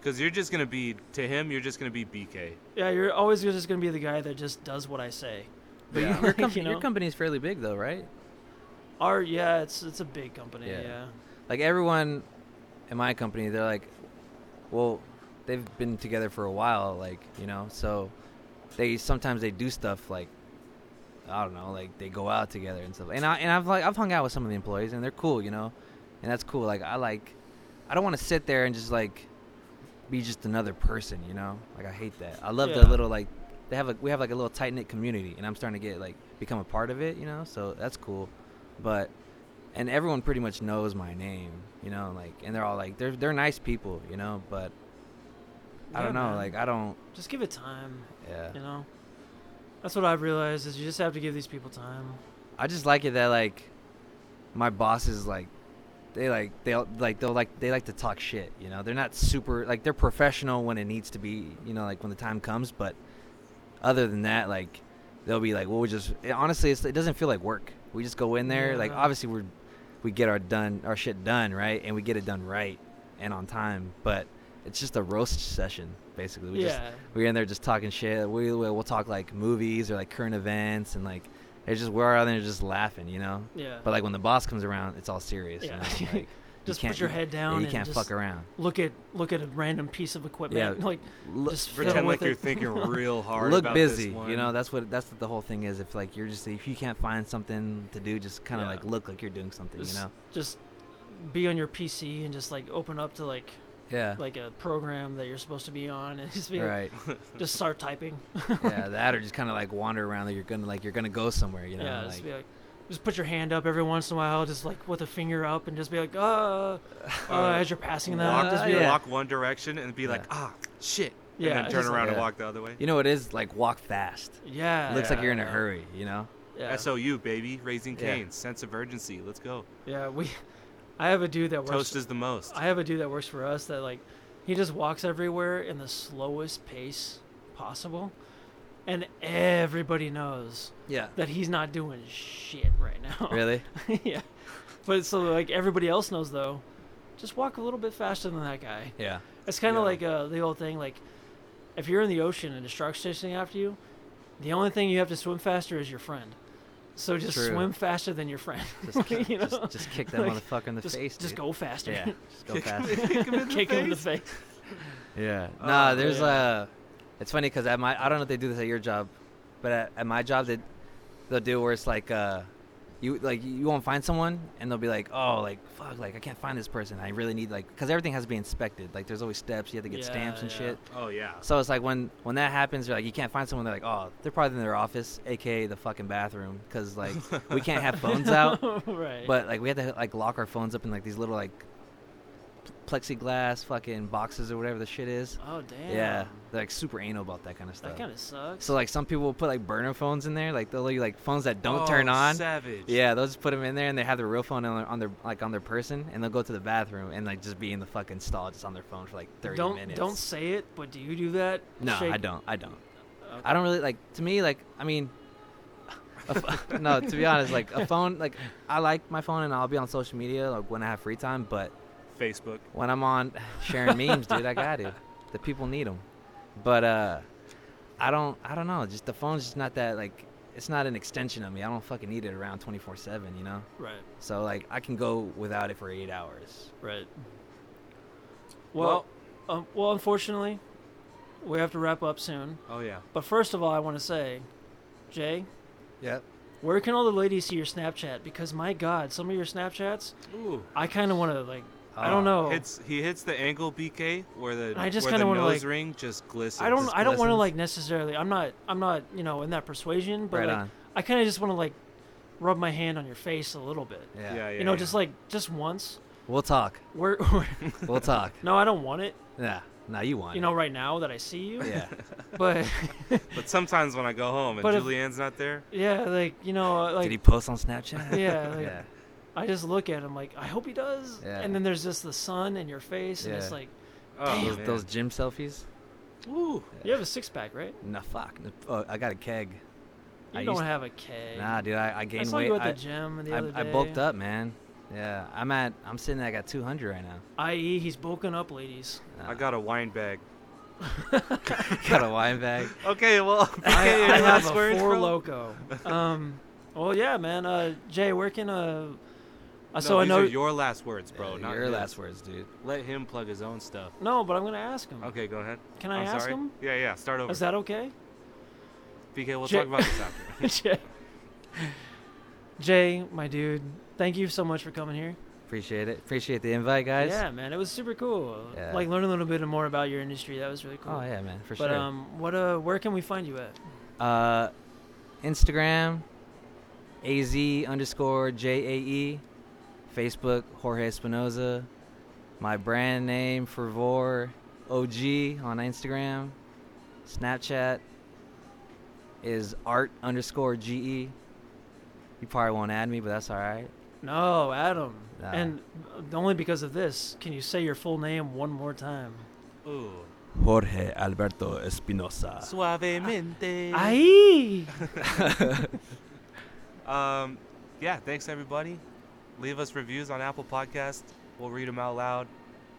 F: Because you're just gonna be to him. You're just gonna be BK.
A: yeah, you're always just gonna be the guy that just does what I say.
G: But
F: Yeah.
G: you, your, com-
A: You know?
G: your company's fairly big though, right?
A: Our yeah, it's it's a big company.
G: Yeah.
A: Yeah,
G: Like everyone in my company, they're like, well, they've been together for a while, like you know. So they sometimes they do stuff like I don't know, like they go out together and stuff. And I and I've like I've hung out with some of the employees, and they're cool, you know. And that's cool. Like I like, I don't want to sit there and just like be just another person, you know. Like I hate that. I love the
A: Yeah.
G: little like they have a we have like a little tight knit community, and I'm starting to get like become a part of it, you know. So that's cool. But and everyone pretty much knows my name, you know. Like and they're all like they're they're nice people, you know. But I
A: Yeah,
G: don't know.
A: man.
G: Like I don't.
A: just give it time.
G: Yeah.
A: You know, that's what I've realized is you just have to give these people time.
G: I just like it that like my bosses like they like they will like they'll like they like to talk shit. You know, they're not super like they're professional when it needs to be. You know, like when the time comes. But other than that, like they'll be like, well, we just it, honestly, it's, it doesn't feel like work. We just go in there. Like
A: Yeah.
G: obviously we're we get our done our shit done right, and we get it done right and on time. But it's just a roast session basically. We just
A: yeah,
G: we're in there just talking shit. We we'll, we'll talk like movies or like current events and like it's just we're out there just laughing, you know.
A: yeah.
G: But like when the boss comes around, it's all serious. you
A: Yeah.
G: know? Like, you
A: just
G: can't- e-
A: put your head down
G: Yeah, you
A: and
G: can't
A: just
G: fuck around.
A: look at look at a random piece of equipment.
G: Yeah.
A: Like
G: Look,
A: just fiddle
F: Pretend
A: with
F: like
A: it.
F: you're thinking real hard.
G: look
F: about
G: busy.
F: This one.
G: You know that's what that's what the whole thing is. If like you're just if you can't find something to do, just kind of
A: Yeah.
G: like look like you're doing something. You
A: Just-
G: know.
A: just be on your PC and just like open up to like
G: Yeah.
A: like a program that you're supposed to be on and just be like,
G: Right.
A: just start typing.
G: yeah. That or just kind of like wander around. Like you're gonna like you're gonna go somewhere. You know.
A: yeah,
G: like,
A: just be like just put your hand up every once in a while, just like with a finger up, and just be like, uh, uh, as you're passing them,
F: Walk,
A: just be
G: yeah.
F: walk one direction and be like, ah, shit.
A: Yeah,
F: and then turn
A: just-
F: around and
G: Yeah.
F: walk the other way.
G: you know what it is like walk fast.
A: like, yeah.
G: It looks like you're in a
A: yeah,
G: hurry. You know.
A: Yeah,
F: SOU, baby. Raising
G: Yeah.
F: Canes. Sense of urgency. Let's go.
A: yeah. We, I have a dude that works.
F: Toast is the most.
A: I have a dude that works for us that like he just walks everywhere in the slowest pace possible and everybody knows
G: Yeah.
A: that he's not doing shit right now.
G: Really.
A: yeah. But so like everybody else knows though, just walk a little bit faster than that guy.
G: Yeah.
A: It's kind of
F: Yeah.
A: like uh, the old thing like if you're in the ocean and a shark's chasing after you, the only thing you have to swim faster is your friend. So just
G: True.
A: swim faster than your friend.
G: Just,
A: You know?
G: just, just kick that
A: Like,
G: motherfucker in the
A: just,
G: face.
A: just
G: dude.
A: go faster.
G: Yeah. Just go fast.
A: Kick him in the face.
G: yeah.
A: Oh,
G: Nah, there's
A: yeah.
G: uh It's funny because at my I don't know if they do this at your job, but at, at my job they they'll do where it's like uh you like you won't find someone and they'll be like oh like fuck like I can't find this person I really need like because everything has to be inspected like there's always steps you have to get
A: Yeah,
G: stamps and
A: yeah.
G: shit.
F: oh, yeah.
G: So it's like when when that happens, you're like you can't find someone. They're like, oh, they're probably in their office, aka the fucking bathroom, because like we can't have phones out.
A: right.
G: But like we had to like lock our phones up in like these little like plexiglass fucking boxes or whatever the shit is.
A: Oh damn.
G: Yeah, they're like super anal about that kind of stuff.
A: That kind of sucks.
G: so like some people will put like burner phones in there, like they'll like phones that don't
F: Oh,
G: turn on.
F: Savage.
G: Yeah, they'll just put them in there, and they have their real phone on their, on their like on their person, and they'll go to the bathroom and like just be in the fucking stall, just on their phone for like thirty
A: don't
G: minutes.
A: don't say it, but do you do that?
G: No,
A: Shake-
G: I don't. I don't. I don't really like. To me, like, I mean, a ph- no. To be honest, like a phone, like I like my phone, and I'll be on social media like when I have free time. But
F: Facebook.
G: when I'm on sharing memes, dude, I got to. The people need them. But uh, I don't. I don't know. Just the phone's just not that like. It's not an extension of me. I don't fucking need it around 24/7. You know.
A: Right,
G: So like I can go without it for eight hours.
A: right. Well, um, well, unfortunately, we have to wrap up soon.
F: Oh yeah.
A: But first of all, I want to say, Jay,
G: Yep.
A: where can all the ladies see your Snapchat? Because my God, some of your Snapchats,
F: Ooh.
A: I kind of want to like. I don't
G: Oh,
A: know.
F: Hits he hits the angle BK where the
A: I just
F: where the
A: kinda wanna,
F: nose
A: like-
F: ring just glistens.
A: I don't.
G: just
A: I don't want to
G: glistens.
A: like necessarily. I'm not. I'm not. You know, in that persuasion. But
G: Right
A: like,
G: on.
A: I kind of just want to like rub my hand on your face a little bit.
G: Yeah.
F: Yeah, yeah.
A: you know,
F: yeah.
A: just like just once.
G: We'll talk.
A: We're,
G: We'll talk.
A: no, I don't want it.
G: yeah. No, you want
A: You
G: it.
A: know, right now that I see you.
G: Yeah.
A: But
F: But sometimes when I go home and
A: But if-
F: Julianne's not there,
A: yeah, like you know, like
G: Did he post on Snapchat?
A: yeah, like,
G: yeah.
A: I just look at him like I hope he does.
G: Yeah.
A: And then there's just the sun in your face, and it's
G: Yeah.
A: like
F: oh
G: Those,
F: man.
G: those gym selfies?
F: Ooh.
A: you have a six pack, right?
G: Nah, fuck. Oh, I got a keg.
A: You
G: I
A: don't
G: used-
A: have a keg.
G: Nah, dude, I, I
A: I
G: gained
A: saw
G: weight.
A: you at the
G: I,
A: gym the
G: I,
A: other day.
G: I bulked up, man. Yeah, I'm at. I'm sitting. at I got 200 right now.
A: I.e., E, he's bulking up, ladies.
F: I got a wine bag.
G: got a wine bag.
F: Okay, well,
A: I,
F: BK,
A: I
F: your
A: have
F: last
A: a
F: words,
A: four
F: bro?
A: loco. Um, well, yeah, man. Uh, Jay, where can uh, uh
F: No,
A: so I
F: these
A: know
F: are your last words, bro.
G: Uh,
F: not
G: your
F: his.
G: last words, dude.
F: Let him plug his own stuff.
A: no, but I'm gonna ask him.
F: Okay, go ahead.
A: Can I
F: I'm
A: ask
F: sorry.
A: him?
F: Yeah, yeah. Start over.
A: Is that okay?
F: BK, we'll
A: J-
F: talk about this after.
A: Jay. Jay, my dude, thank you so much for coming here.
G: Appreciate it. Appreciate the invite, guys.
A: Yeah, man, it was super cool.
G: Yeah.
A: Like learn a little bit more about your industry. That was really cool.
G: Oh yeah, man, for
A: But
G: sure.
A: um, what uh, where can we find you at?
G: Uh, Instagram, az underscore jae, Facebook Jorge Espinoza, my brand name Fervor OG on Instagram, Snapchat is art underscore ge. You probably won't add me, but that's all right.
A: No, Adam.
G: Nah.
A: And uh, only because of this, can you say your full name one more time?
F: Ooh.
G: Jorge Alberto Espinoza.
A: Ah.
F: Suavemente.
A: Aye.
F: Um, yeah, thanks everybody. Leave us reviews on Apple Podcast. We'll read them out loud.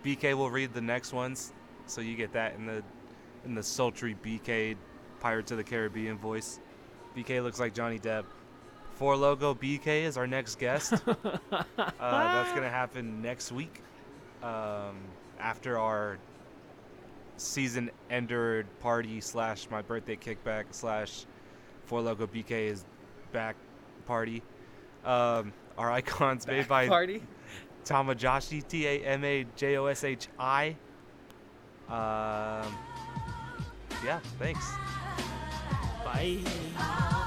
F: BK will read the next ones, so you get that in the in the sultry BK Pirates of the Caribbean voice. BK looks like Johnny Depp. Four logo BK is our next guest. uh, that's gonna happen next week, um, after our season ender party slash my birthday kickback slash Four Loco BK is back party. Um, our icons made by Tamajoshi, T A M A J O S H I. Um, yeah, thanks.
A: Bye.
B: Oh,